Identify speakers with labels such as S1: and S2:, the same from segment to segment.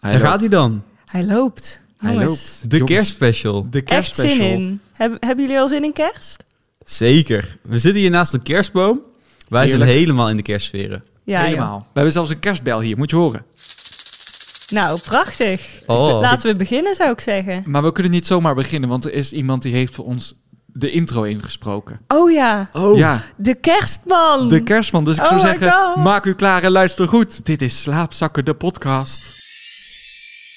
S1: Hij
S2: Daar
S1: loopt.
S2: gaat hij dan.
S3: Hij loopt.
S1: Hij
S3: Jongens.
S1: loopt.
S2: De
S1: Jongens,
S2: kerstspecial.
S1: De
S3: Echt
S1: kerstspecial.
S3: zin in. Heb- hebben jullie al zin in kerst?
S2: Zeker. We zitten hier naast een kerstboom. Wij zijn
S1: Heerlijk.
S2: helemaal in de kerstsferen.
S3: Ja, joh.
S1: Helemaal. We hebben zelfs een kerstbel hier, moet je horen.
S3: Nou, prachtig.
S2: Oh.
S3: Laten we beginnen, zou ik zeggen.
S1: Maar we kunnen niet zomaar beginnen, want er is iemand die heeft voor ons de intro ingesproken.
S3: Oh ja,
S2: Oh.
S1: Ja,
S3: de kerstman.
S1: de kerstman. Dus ik
S3: Oh
S1: zou
S3: my
S1: zeggen,
S3: God.
S1: maak u klaar en luister goed. Dit is Slaapzakken, de podcast.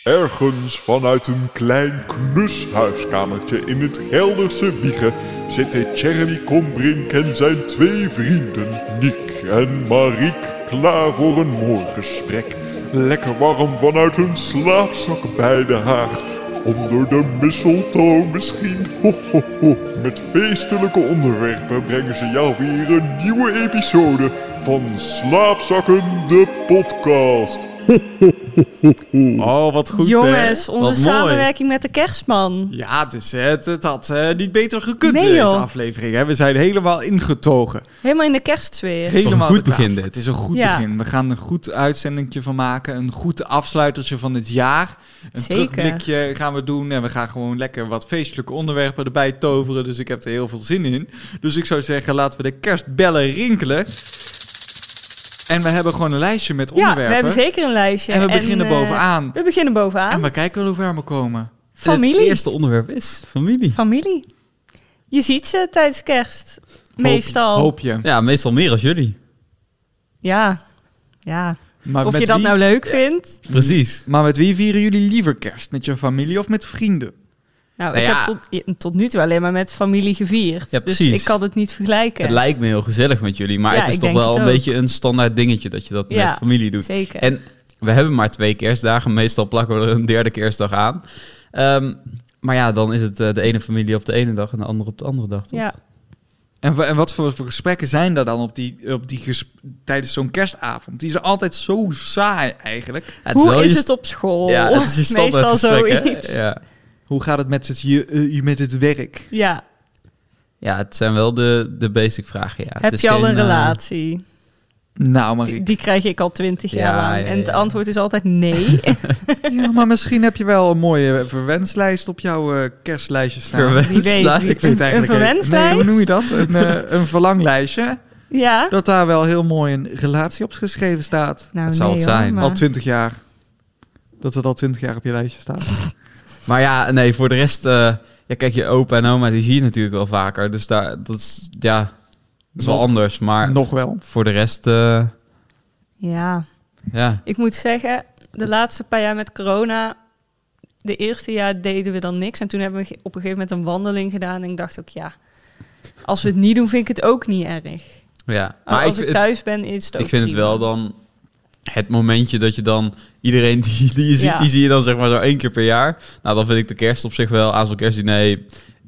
S4: Ergens vanuit een klein knushuiskamertje in het Gelderse Wiegen zitten Jeremy Kombrink en zijn twee vrienden Nick en Mariek klaar voor een mooi gesprek. Lekker warm vanuit hun slaapzak bij de haard. Onder de mistletoe misschien. Ho, ho, ho. Met feestelijke onderwerpen brengen ze jou weer een nieuwe episode van Slaapzakken de podcast.
S1: Oh, wat goed.
S3: Jongens,
S2: Wat
S3: onze
S2: mooi.
S3: samenwerking met de kerstman.
S1: Ja, dus het, het had eh, niet beter gekund
S3: Nee,
S1: in deze
S3: joh.
S1: aflevering. Hè? We zijn helemaal ingetogen.
S3: Helemaal in de kerstsfeer.
S2: toch een
S1: Helemaal
S2: goed
S1: er klaar
S2: begin
S1: voor.
S2: dit?
S1: Het is een goed
S3: Ja.
S1: begin. We gaan een goed uitzendingje van maken. Een goed afsluitertje van het jaar. Een
S3: Zeker.
S1: terugblikje gaan we doen. En we gaan gewoon lekker wat feestelijke onderwerpen erbij toveren. Dus ik heb er heel veel zin in. Dus ik zou zeggen, laten we de kerstbellen rinkelen. En we hebben gewoon een lijstje met
S3: Ja, we
S1: onderwerpen.
S3: hebben zeker een lijstje.
S1: En we beginnen
S3: eh,
S1: bovenaan.
S3: We beginnen bovenaan.
S1: En we kijken wel hoe ver we komen.
S3: Familie.
S2: Het eerste onderwerp is familie.
S3: Familie. Je ziet ze tijdens kerst. Meestal.
S1: Hoop je.
S2: Ja, meestal meer als jullie.
S1: Mm.
S3: Ja. ja.
S1: Maar
S3: Of
S1: met
S3: je dat
S1: wie-
S3: nou leuk vindt.
S2: Precies.
S1: Maar met wie vieren jullie liever kerst? Met je familie of met vrienden?
S3: Nou,
S2: Nou
S3: ik
S2: ja.
S3: heb tot, i- tot nu toe alleen maar met familie gevierd.
S2: Ja,
S3: dus
S2: precies.
S3: ik kan het niet vergelijken.
S2: Het lijkt me heel gezellig met jullie, maar
S3: Ja,
S2: het is
S3: ik
S2: toch
S3: denk
S2: wel
S3: het
S2: een
S3: ook.
S2: beetje een standaard dingetje dat je dat
S3: Ja,
S2: met familie doet.
S3: Zeker.
S2: En we hebben maar twee kerstdagen. Meestal plakken we er een derde kerstdag aan. Ehm, maar ja, dan is het eh, de ene familie op de ene dag en de andere op de andere dag. toch?
S3: ja.
S1: En, wa- en wat voor, voor gesprekken zijn er dan op die, op die ges- tijdens zo'n kerstavond? Die zijn altijd zo saai eigenlijk.
S2: Ja,
S3: Hoe
S2: wel
S3: is
S2: je
S3: het op school?
S2: st- Ja, het is je standaard
S3: Meestal
S2: gesprek, hè?
S3: zoiets.
S2: Ja.
S1: Hoe gaat het met het, je, eh, je met het werk?
S3: Ja.
S2: ja, het zijn wel de, de basic vragen. Ja. Het
S3: Heb
S2: is
S3: je al
S2: geen,
S3: een
S2: eh,
S3: relatie?
S1: Nou,
S3: Die,
S1: Marie.
S3: die krijg ik al twintig
S2: Ja,
S3: jaar lang.
S2: ja,
S3: En het
S2: ja.
S3: antwoord is altijd nee.
S1: Ja, maar misschien heb je wel een mooie verwenslijst op jouw eh, kerstlijstje staan.
S3: Wie weet.
S2: Verwenslijst.
S1: Ik vind het eigenlijk
S3: Een
S1: even-
S3: verwenslijst?
S1: Nee, hoe noem je dat? Een, eh, een verlanglijstje.
S3: ja.
S1: Dat daar wel heel mooi een relatie op geschreven staat.
S3: Nou,
S2: Dat zal
S3: nee
S2: het
S3: hoor,
S2: zijn.
S3: maar-
S1: Al twintig jaar. Dat het al twintig jaar op je lijstje staat.
S2: Maar ja, nee, voor de rest... eh, ja, kijk, je opa en oma, die zie je natuurlijk wel vaker. Dus daar, dat is, ja, dat is wel
S1: Nog-
S2: anders. Maar
S1: Nog wel.
S2: voor de rest, eh,
S3: Ja.
S2: ja.
S3: Ik moet zeggen, de laatste paar jaar met corona, de eerste jaar deden we dan niks. En toen hebben we ge- op een gegeven moment een wandeling gedaan. En ik dacht ook, ja, als we het niet doen, vind ik het ook niet erg.
S2: ja.
S3: Maar Oh, als ik,
S2: vind-
S3: thuis ben, is het ook
S2: ik vind het
S3: prima.
S2: wel dan het momentje dat je dan iedereen die, die je ziet,
S3: Ja.
S2: die zie je dan zeg maar zo één keer per jaar. Nou, dan vind ik de kerst op zich wel aan zo'n kerstdiner.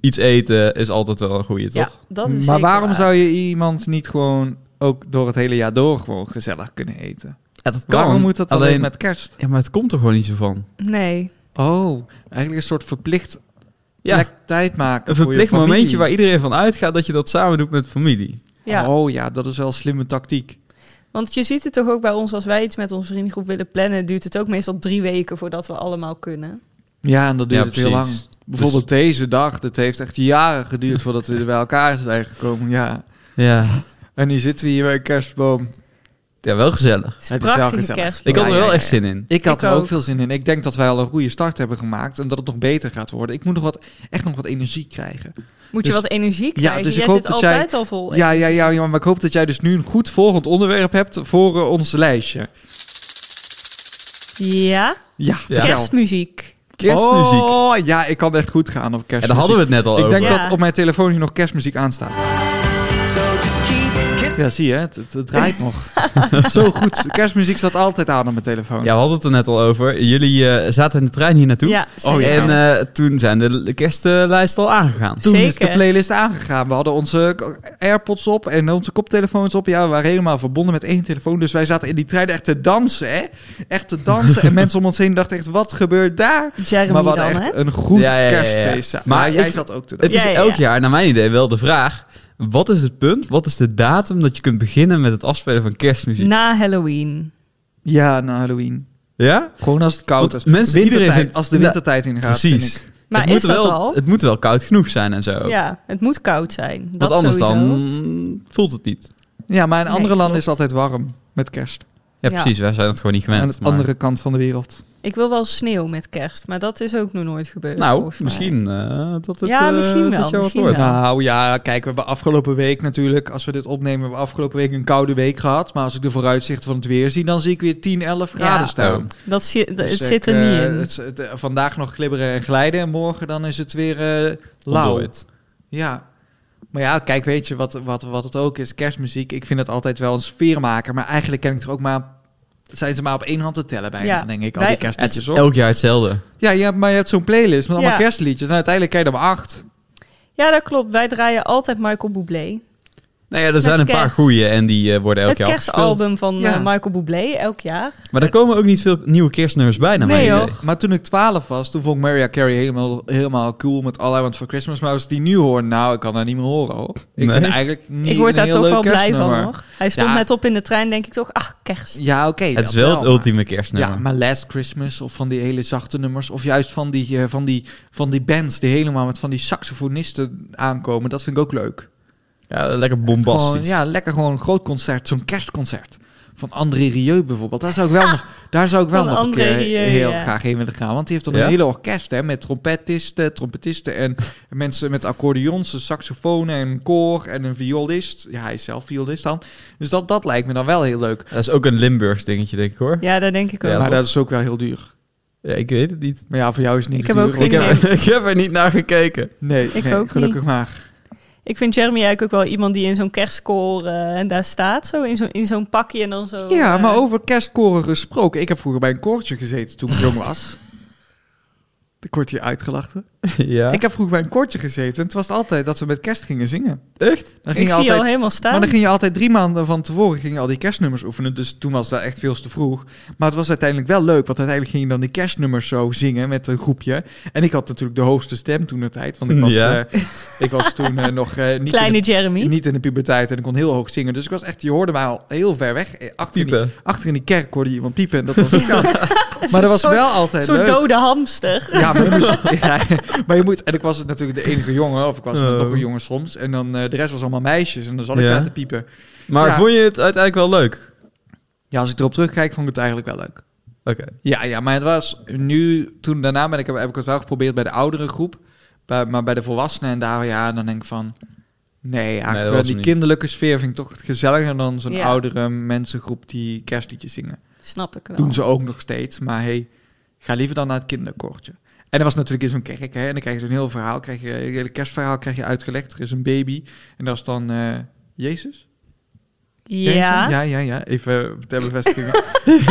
S2: Iets eten is altijd wel een goede,
S3: Ja,
S2: toch?
S3: dat is
S1: maar
S3: zeker
S1: waarom
S3: waar.
S1: zou je iemand niet gewoon ook door het hele jaar door gewoon gezellig kunnen eten?
S2: Ja, dat
S1: Waarom moet dat alleen, met kerst?
S2: Ja, maar het komt er gewoon niet zo van.
S3: Nee,
S1: Oh, eigenlijk een soort verplicht
S2: Ja,
S1: plek tijd maken
S2: een
S1: voor je
S2: verplicht
S1: familie.
S2: momentje waar iedereen van uitgaat dat je dat samen doet met familie.
S3: ja.
S1: Oh ja, dat is wel een slimme tactiek.
S3: Want je ziet het toch ook bij ons, als wij iets met onze vriendengroep willen plannen, duurt het ook meestal drie weken voordat we allemaal kunnen.
S1: Ja, Dus- en dat duurt
S2: Ja,
S1: het heel lang.
S2: precies.
S1: Bijvoorbeeld deze dag, dat heeft echt jaren geduurd voordat we er bij elkaar zijn gekomen. Ja.
S2: Ja,
S1: En nu zitten we hier bij een kerstboom.
S2: ja wel gezellig.
S3: Het is
S1: Het is wel
S3: prachtige
S1: gezellig.
S3: kerstboom.
S2: Ik had
S1: Ja,
S2: er wel
S1: ja,
S2: echt
S1: ja.
S2: zin in.
S1: Ik had
S3: Ik
S1: er ook
S3: ook.
S1: veel zin in. Ik denk dat wij al een goede start hebben gemaakt en dat het nog beter gaat worden. Ik moet nog wat, echt nog wat energie krijgen.
S3: Moet je
S1: Dus-
S3: wat energie
S1: Ja,
S3: krijgen?
S1: dus ik
S3: jij
S1: hoop
S3: zit
S1: dat jij-
S3: altijd al vol.
S1: Ja, ja, ja, ja, maar ik hoop dat jij dus nu een goed volgend onderwerp hebt voor eh, ons lijstje.
S3: ja?
S1: Ja,
S2: Ja.
S1: vertel.
S3: kerstmuziek.
S2: Kerstmuziek.
S1: Oh, ja, ik kan echt goed gaan op kerstmuziek.
S2: En daar hadden we het net al
S1: Ik
S2: over.
S1: denk
S3: Ja.
S1: dat op mijn telefoon hier nog kerstmuziek aanstaat. Ja, zie je, het, het, het draait nog. Zo goed. Kerstmuziek staat altijd aan op mijn telefoon.
S2: Ja, we hadden het er net al over. Jullie eh, zaten in de trein hier naartoe.
S3: Ja,
S2: oh,
S3: zeker.
S2: En eh, toen zijn de l- kerstlijst al aangegaan.
S1: Toen is de
S3: Zeker.
S1: playlist aangegaan. We hadden onze k- AirPods op en onze koptelefoons op. Ja, we waren helemaal verbonden met één telefoon. Dus wij zaten in die trein echt te dansen, hè? Echt te dansen. en mensen om ons heen dachten echt, wat gebeurt daar?
S3: Jeremy
S1: eh, maar we
S3: dan,
S1: hadden echt
S3: hè?
S1: een goed
S2: Ja, ja, ja, ja.
S1: kerstfeest. Maar,
S2: Maar
S1: jij
S2: ik-
S1: zat ook te dansen.
S2: Het is
S3: Ja, ja, ja.
S2: elk jaar, naar mijn idee, wel de vraag... Wat is het punt, wat is de
S3: Nou,
S2: datum dat je kunt beginnen met het afspelen van kerstmuziek?
S3: Na Halloween.
S1: Ja, na Halloween.
S2: Ja?
S1: Gewoon als het koud
S2: Want
S1: is. Nou,
S2: mensen-
S1: Wintertijd,
S2: iedereen vindt-
S1: als de wintertijd ingaat, vind
S2: Precies.
S1: ik.
S3: Maar
S2: het
S3: is
S2: moet
S3: dat
S2: wel,
S3: al?
S2: Het moet wel koud genoeg zijn en zo.
S3: Ja, het moet koud zijn. Dat
S2: Want anders
S3: sowieso.
S2: dan voelt het niet.
S1: Ja, maar in andere
S3: Nee,
S1: landen is
S3: klopt.
S1: het altijd warm met kerst.
S2: Ja,
S3: Ja.
S2: precies. Wij zijn het gewoon niet gewend.
S1: Aan de
S2: maar-
S1: andere kant van de wereld.
S3: Ik wil wel sneeuw met kerst, maar dat is ook nog nooit gebeurd.
S2: Nou,
S3: volgens mij.
S2: misschien eh, dat het...
S3: Ja,
S2: eh,
S3: misschien
S2: dat
S3: wel,
S2: je wat
S3: misschien
S2: hoort.
S3: wel.
S1: Nou ja, kijk, we hebben afgelopen week natuurlijk, als we dit opnemen, hebben we afgelopen week een koude week gehad. Maar als ik de vooruitzichten van het weer zie, dan zie ik weer 10, 11 graden staan.
S2: Oh.
S3: Dat zie- d-
S1: Dus
S3: het
S1: ik,
S3: zit er
S1: eh,
S3: niet in.
S1: het is- het, eh, vandaag nog glibberen en glijden en morgen dan is het weer eh,
S2: Doe
S1: lauw.
S2: het.
S1: Ja. Maar ja, kijk, weet je wat, wat, wat het ook is? Kerstmuziek, ik vind het altijd wel een sfeermaker. Maar eigenlijk ken ik er ook maar... Zijn ze maar op één hand te tellen bijna,
S3: Ja.
S1: denk ik, al
S3: Wij-
S1: die
S2: Het
S1: kerstliedjes,
S2: is
S1: hoor.
S2: elk jaar hetzelfde.
S1: Ja, je hebt, maar je hebt zo'n playlist met allemaal
S3: Ja.
S1: kerstliedjes. En uiteindelijk ken je er maar acht.
S3: Ja, dat klopt. Wij draaien altijd Michael Bublé.
S2: Nou ja, er zijn een
S3: kerst.
S2: paar goeie en die eh, worden elk jaar
S3: het
S2: afgespeeld.
S3: kerstalbum van eh,
S1: Ja. Nou,
S3: Michael Bublé, elk jaar.
S2: Maar er komen ook niet veel nieuwe kerstnummers bij, naar
S3: Nee,
S2: mijn
S3: hoor.
S2: idee.
S1: Maar toen ik 12 was, toen vond ik Mariah Carey helemaal, helemaal cool met All I Want For Christmas. Maar als ik die nu hoor, nou, ik kan dat niet meer horen, hoor. Ik
S2: Nee.
S1: vind eigenlijk niet
S3: ik word daar
S1: een heel
S3: toch wel
S1: leuk
S3: blij van,
S1: kerstnummer.
S3: hoor. Hij stond
S1: Ja.
S3: net op in de trein, denk ik toch, ach, kerst.
S1: Ja, oké.
S2: Het
S1: dat
S2: is wel het
S1: maar-
S2: ultieme
S1: Ja,
S2: kerstnummer.
S1: maar Last Christmas of van die hele zachte nummers. Of juist van die, eh, van die, van die bands die helemaal met van die saxofonisten aankomen. Dat vind ik ook leuk.
S2: Ja, lekker bombastisch.
S1: Gewoon, ja, lekker gewoon een groot concert. Zo'n kerstconcert. Van André Rieu bijvoorbeeld. Daar zou ik wel nog, daar zou ik wel
S3: Van
S1: nog een
S3: André
S1: keer
S3: Rieu,
S1: heel
S3: ja.
S1: graag heen willen gaan. Want die heeft dan
S2: Ja?
S1: een hele orkest hè, met trompetisten, trompetisten en mensen met accordeons, een saxofoon en een koor en een violist. Ja, hij is zelf violist dan. Dus dat, dat lijkt me dan wel heel leuk.
S2: Dat is ook een Limburgs dingetje, denk ik hoor.
S3: Ja, dat denk ik ook.
S2: Ja,
S1: maar
S2: toch?
S1: dat is ook wel heel duur.
S2: Ja, ik weet het niet.
S1: Maar ja, voor jou is het niet
S3: Ik heb ook
S1: duur,
S2: Ik
S1: want-
S3: geen
S2: heb, ik heb er niet naar gekeken.
S1: Nee,
S3: Ik
S1: nee,
S3: ook
S1: gelukkig
S3: niet.
S1: maar.
S3: Ik vind Jeremy eigenlijk ook wel iemand die in zo'n kerstkoor eh, en daar staat, zo in zo'n in zo'n pakje en dan zo...
S1: Ja,
S3: eh,
S1: maar over kerstkoren gesproken. Ik heb vroeger bij een koortje gezeten toen ik jong was. Ik word hier uitgelachen.
S2: ja,
S1: Ik heb vroeger bij een koortje gezeten en het was altijd dat we met kerst gingen zingen.
S2: echt?
S1: Dan ging
S3: Ik zie
S1: je
S3: je al
S1: altijd,
S3: helemaal staan.
S1: maar dan ging je altijd drie maanden van tevoren ging je al die kerstnummers oefenen. Dus toen was dat echt veel te vroeg. Maar het was uiteindelijk wel leuk, want uiteindelijk ging je dan die kerstnummers zo zingen met een groepje. En ik had natuurlijk de hoogste stem toen de tijd, want ik was,
S2: Ja.
S1: eh, ik was toen eh, nog eh, niet in de
S3: Kleine Jeremy.
S1: niet in de puberteit en ik kon heel hoog zingen. Dus ik was echt, je hoorde mij al heel ver weg. Eh, Achter, in die,
S2: Piepen.
S1: achter in die kerk hoorde je iemand piepen. En dat was ja. Maar dat was
S3: Zo'n-
S1: wel altijd
S3: Zo'n
S1: leuk.
S3: dode hamster.
S1: Ja, maar je, moest, ja, maar je moet... En ik was natuurlijk de enige jongen, of ik was
S2: Oh.
S1: nog een jongen soms. En dan eh, de rest was allemaal meisjes. En dan zat ik
S2: Ja.
S1: daar te piepen.
S2: Maar
S1: Ja.
S2: vond je het uiteindelijk wel leuk?
S1: Ja, als ik erop terugkijk, vond ik het eigenlijk wel leuk.
S2: Oké.
S1: Ja, ja, maar het was nu... Toen daarna ben ik, heb ik het wel geprobeerd bij de oudere groep. Bij- maar bij de volwassenen en daar, ja, dan denk ik van... Nee, eigenlijk
S2: dat
S1: wel,
S2: was
S1: die
S2: hem niet.
S1: kinderlijke sfeer vind ik toch gezelliger dan zo'n
S3: Ja.
S1: oudere mensengroep die kerstliedjes zingen.
S3: Snap ik wel.
S1: Doen ze ook nog steeds. Maar hey, ga liever dan naar het kinderkoortje. En er was natuurlijk in zo'n kerk, hè, en dan krijg je zo'n heel verhaal, krijg je, een hele kerstverhaal krijg je uitgelegd. Er is een baby en dat is dan eh, Jezus? Jezus?
S3: Ja,
S1: Ja, ja, ja. Even ter bevestiging.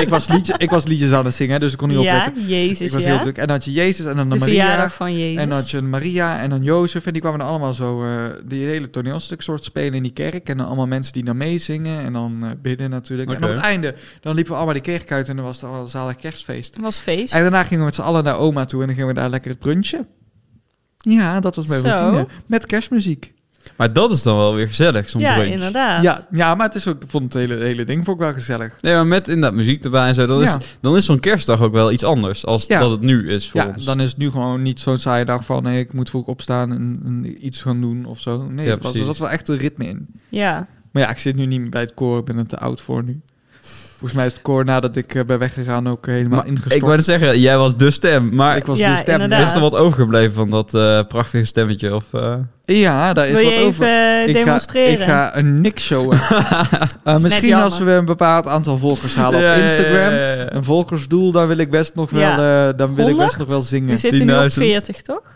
S1: ik, was liedje, ik was liedjes aan het zingen, hè, dus ik kon niet
S3: ja,
S1: opletten. Ik
S3: Jezus,
S1: was
S3: ja.
S1: heel druk. En dan had je Jezus en dan
S3: De
S1: een Maria.
S3: verjaardag van Jezus.
S1: En dan had je een Maria en dan Jozef. En die kwamen dan allemaal zo, eh, die hele toneelstuk soort spelen in die kerk. En dan allemaal mensen die dan meezingen en dan eh, bidden natuurlijk. En
S2: Oké.
S1: op het einde, dan liepen we allemaal de kerk uit en dan was het al een zalig kerstfeest.
S3: Het was feest.
S1: En daarna gingen we met z'n allen naar oma toe en dan gingen we daar lekker het brunchen. Ja, dat was mijn
S3: Zo.
S1: routine. Met kerstmuziek.
S2: Maar dat is dan wel weer gezellig, zo'n
S3: ja,
S2: brunch.
S3: inderdaad.
S1: Ja, ja, maar het is ook, ik vond het hele, hele ding vond ik wel gezellig.
S2: Nee, maar met inderdaad muziek erbij en zo, dan,
S1: Ja.
S2: is, dan is zo'n kerstdag ook wel iets anders als
S1: Ja.
S2: dat het nu is voor
S1: ja,
S2: ons.
S1: dan is het nu gewoon niet zo'n saaie dag van nee, ik moet vroeg opstaan en, en iets gaan doen of zo. Nee,
S2: Ja,
S1: dat was, er
S2: precies.
S1: zat wel echt een ritme in.
S3: Ja.
S1: Maar ja, ik zit nu niet meer bij het koor, ik ben er te oud voor nu. Volgens mij is het koor nadat ik eh, ben weggegaan ook helemaal
S2: Maar
S1: ingestort.
S2: ik wou net zeggen, jij was de stem, maar
S1: Ik was dus
S3: Ja,
S1: de stem.
S3: inderdaad.
S2: is er wat overgebleven van dat eh, prachtige stemmetje? Of, eh,
S1: Ja, daar is
S3: Wil je
S1: wat
S3: even
S1: over.
S3: eh, demonstreren?
S1: Ik ga, ik ga een niks showen. Eh, misschien
S3: jammer.
S1: als we een bepaald aantal volgers halen
S2: ja,
S1: op
S2: ja, Nou,
S1: Instagram.
S2: ja, ja, ja.
S1: Een volgersdoel, dan wil ik best nog wel, eh, dan wil ik best
S3: 100?
S1: nog wel
S3: We
S1: zingen.
S3: zitten nu op
S2: 10.000.
S3: 40, toch?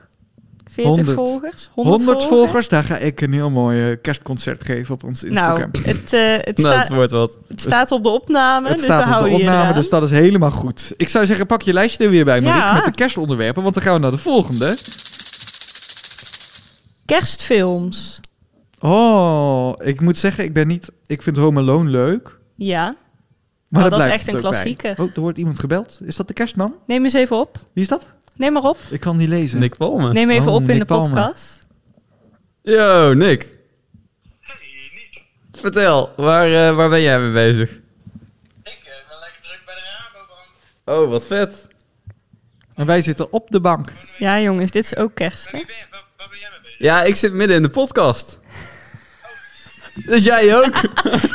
S3: 40
S1: 100.
S3: volgers?
S1: 100 volgers, daar ga ik een heel mooi eh, kerstconcert geven op ons
S3: Nou,
S1: Instagram.
S3: het, eh, het,
S2: nou,
S3: sta-
S2: het wordt wat.
S3: het staat op de opname,
S1: het
S3: dus we
S1: staat op de
S3: houden je
S1: opname,
S3: eraan.
S1: dus dat is helemaal goed. Ik zou zeggen, pak je lijstje er weer bij, Marieke,
S3: Ja.
S1: met de kerstonderwerpen, want dan gaan we naar de volgende.
S3: Kerstfilms.
S1: Oh, ik moet zeggen, ik ben niet... Ik vind Home Alone leuk,
S3: Ja,
S1: maar
S3: Oh,
S1: dat,
S3: dat is
S1: blijft
S3: echt
S1: het
S3: een
S1: ook bij.
S3: klassieker.
S1: Oh, er wordt iemand gebeld. Is dat de kerstman?
S3: neem eens even op.
S1: Wie is dat?
S3: Neem maar op.
S1: Ik kan niet lezen.
S2: Nick Palme.
S3: Neem even
S1: Oh,
S3: op in
S1: Nick
S3: de
S1: Palmer.
S3: podcast.
S2: Yo, Nick. Hey, Nick. Vertel, waar, eh, waar ben jij mee bezig?
S5: Ik eh, ben lekker druk bij de Rabobank.
S2: Oh, wat vet.
S1: En wij zitten op de bank.
S3: Ja, jongens, dit is ook kerst, hè?
S5: Wie ben je? Waar, waar ben jij mee bezig?
S2: Ja, ik zit midden in de podcast. Dus jij ook?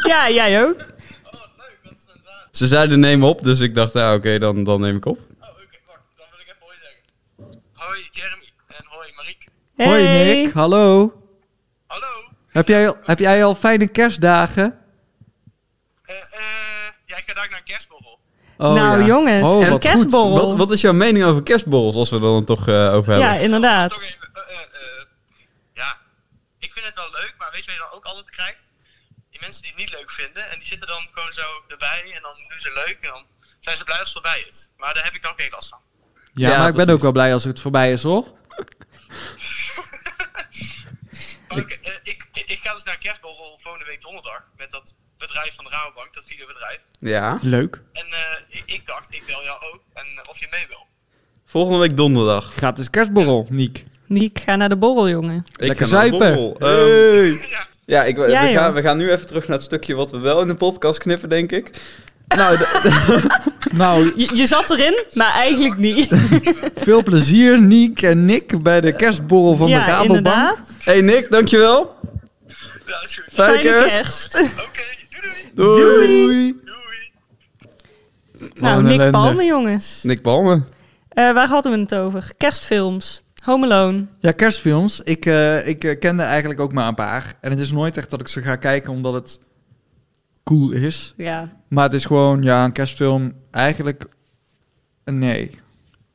S3: Ja, jij ook.
S5: Oh, leuk, wat is een zaad.
S2: Ze zeiden neem op, dus ik dacht, ah, oké, dan, dan neem ik op.
S5: Oh, oké, wacht. Dan wil ik even hoi zeggen. Hoi, Jeremy. En hoi, Mariek.
S3: Hey.
S1: Hoi Nick, hallo.
S5: Hallo.
S1: Heb jij, al, heb jij al fijne kerstdagen?
S5: Eh, eh, ja, ik ga daar naar een kerstborrel.
S1: Oh,
S3: Nou,
S1: ja.
S3: jongens,
S1: Oh,
S3: een
S1: wat goed.
S3: kerstborrel.
S2: Wat, wat is jouw mening over kerstborrels, als we er dan toch eh, over hebben?
S3: Ja,
S5: Toch
S3: inderdaad.
S5: even, eh, eh, eh, ja. Ik vind het wel leuk, maar weet je wat je dan ook altijd krijgt? Die mensen die het niet leuk vinden en die zitten dan gewoon zo erbij en dan doen ze leuk en dan zijn ze blij als het voorbij is. Maar daar heb ik dan geen last van.
S1: Ja,
S2: Ja,
S1: maar ik ben
S2: precies.
S1: ook wel blij als het voorbij is, hoor.
S5: Maar oké, eh, ik, ik, ik ga dus naar een kerstborrel volgende week donderdag met dat bedrijf van de Rabobank, dat videobedrijf.
S2: Ja.
S1: Leuk.
S5: En eh, ik, ik dacht, ik bel jou ook en eh, of je mee wil.
S2: Volgende week donderdag.
S1: Gratis kerstborrel, Niek.
S3: Niek, ga naar de borrel, jongen.
S1: Lekker
S2: ga naar de
S1: zuipen.
S2: borrel. Ehm,
S1: Hey.
S5: Ja.
S2: ja, ik, we,
S3: Ja,
S2: we
S3: joh.
S2: gaan, we gaan nu even terug naar het stukje wat we wel in de podcast knippen, denk ik. Nou, d-
S1: Nou,
S3: Je, je zat erin, maar eigenlijk niet.
S1: veel plezier Niek en Nick bij de kerstborrel van de
S3: ja,
S1: Rabobank.
S3: inderdaad.
S2: hey Nick, dankjewel.
S5: Ja, nou, is goed.
S2: Fijne,
S3: Fijne
S2: kerst.
S3: kerst.
S5: Oké, doei
S2: Doei.
S5: doei.
S1: Doei.
S5: Doei.
S1: Wat
S3: Nou,
S1: een
S3: Nick
S1: ellende.
S3: Palme, jongens.
S2: Nick Palmen.
S3: Eh, waar hadden we het over? Kerstfilms. Home Alone.
S1: Ja, kerstfilms. Ik, eh, ik eh, ken er eigenlijk ook maar een paar. En het is nooit echt dat ik ze ga kijken omdat het cool is.
S3: Ja.
S1: Maar het is gewoon, ja, een kerstfilm eigenlijk... eh, Nee.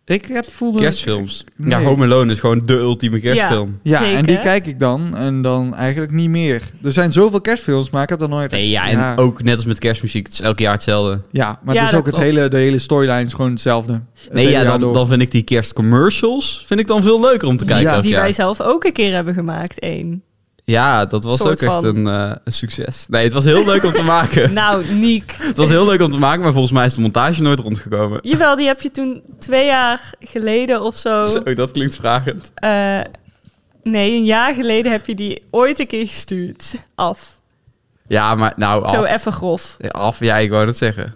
S1: Ik heb voelde...
S2: Kerstfilms.
S1: Nee.
S2: Ja, Home Alone is gewoon de ultieme kerstfilm.
S1: Ja,
S3: Zeker.
S1: en die kijk ik dan en dan eigenlijk niet meer. Er zijn zoveel kerstfilms, maar ik heb er nooit...
S2: Nee,
S1: echt-
S2: ja, en
S1: ja.
S2: ook net als met kerstmuziek, het is elk jaar hetzelfde.
S1: Ja, maar
S3: Ja,
S1: het is
S3: dat
S1: ook het
S3: klopt.
S1: hele, de hele storyline is gewoon hetzelfde. Het
S2: Nee,
S1: hele
S2: ja,
S1: jaar
S2: dan,
S1: door.
S2: dan vind ik die kerstcommercials vind ik dan veel leuker om te kijken.
S1: Ja.
S2: elk
S3: Die
S2: jaar.
S3: wij zelf ook een keer hebben gemaakt, één.
S2: Ja, dat was ook
S3: Soort
S2: echt
S3: van.
S2: een eh, een succes. Nee, het was heel leuk om te maken.
S3: Nou, Niek.
S2: Het was heel leuk om te maken, maar volgens mij is de montage nooit rondgekomen.
S3: Jawel, die heb je toen twee jaar geleden of zo.
S2: Zo, dat klinkt vragend.
S3: eh, nee, een jaar geleden heb je die ooit een keer gestuurd. Af.
S2: Ja, maar nou,
S3: Zo
S2: af.
S3: even grof.
S2: Ja, af, ja, ik wou dat zeggen.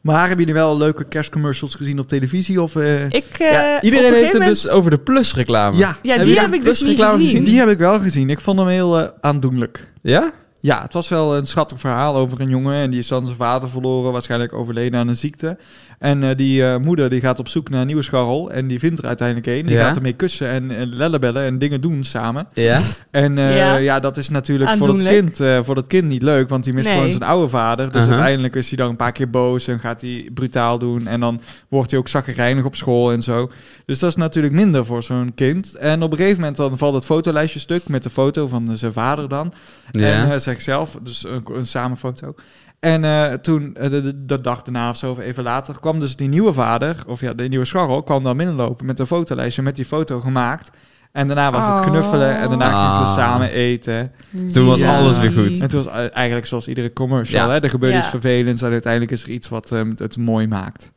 S1: Maar hebben jullie wel leuke kerstcommercials gezien op televisie? Of, eh,
S3: Ik, eh,
S2: ja,
S3: op
S2: iedereen heeft
S3: een
S2: het
S3: gegeven
S2: dus
S3: moment-
S2: over de plusreclame.
S1: Ja,
S3: Ja,
S1: Heb
S3: die
S1: je-
S3: heb ik dus niet
S2: plusreclame
S3: gezien.
S2: gezien?
S1: die heb ik wel gezien. Ik vond hem heel eh, aandoenlijk.
S2: Ja?
S1: Ja, het was wel een schattig verhaal over een jongen. En die is dan zijn vader verloren, waarschijnlijk overleden aan een ziekte. En eh, die eh, moeder die gaat op zoek naar een nieuwe scharrel. En die vindt er uiteindelijk een. Die
S2: Ja.
S1: gaat ermee kussen en, en lellebellen en dingen doen samen.
S2: Ja?
S1: En eh,
S3: Ja.
S1: ja. dat is natuurlijk voor dat,
S3: Aandoenlijk.
S1: kind, eh, voor dat kind niet leuk, want die mist
S3: Nee.
S1: gewoon zijn oude vader. Dus
S2: Aha.
S1: uiteindelijk is hij dan een paar keer boos en gaat hij brutaal doen. En dan wordt hij ook zakkerijnig op school en zo. Dus dat is natuurlijk minder voor zo'n kind. En op een gegeven moment dan valt het fotolijstje stuk met de foto van eh, zijn vader dan. En
S2: Ja.
S1: eh, zichzelf, dus een, een samenfoto. En eh, toen, eh, de, de, de dag daarna of zo, of even later, kwam dus die nieuwe vader, of ja, de nieuwe scharrel, kwam dan binnenlopen met een fotolijstje met die foto gemaakt. En daarna was het
S3: Oh.
S1: knuffelen en daarna gingen ze
S2: Ah.
S1: samen eten.
S2: Toen was
S1: Ja.
S2: alles weer goed.
S1: En het was eh, eigenlijk zoals iedere commercial,
S2: Ja.
S1: hè? er gebeurde
S3: Ja.
S1: iets vervelends en uiteindelijk is er iets wat eh, het mooi maakt.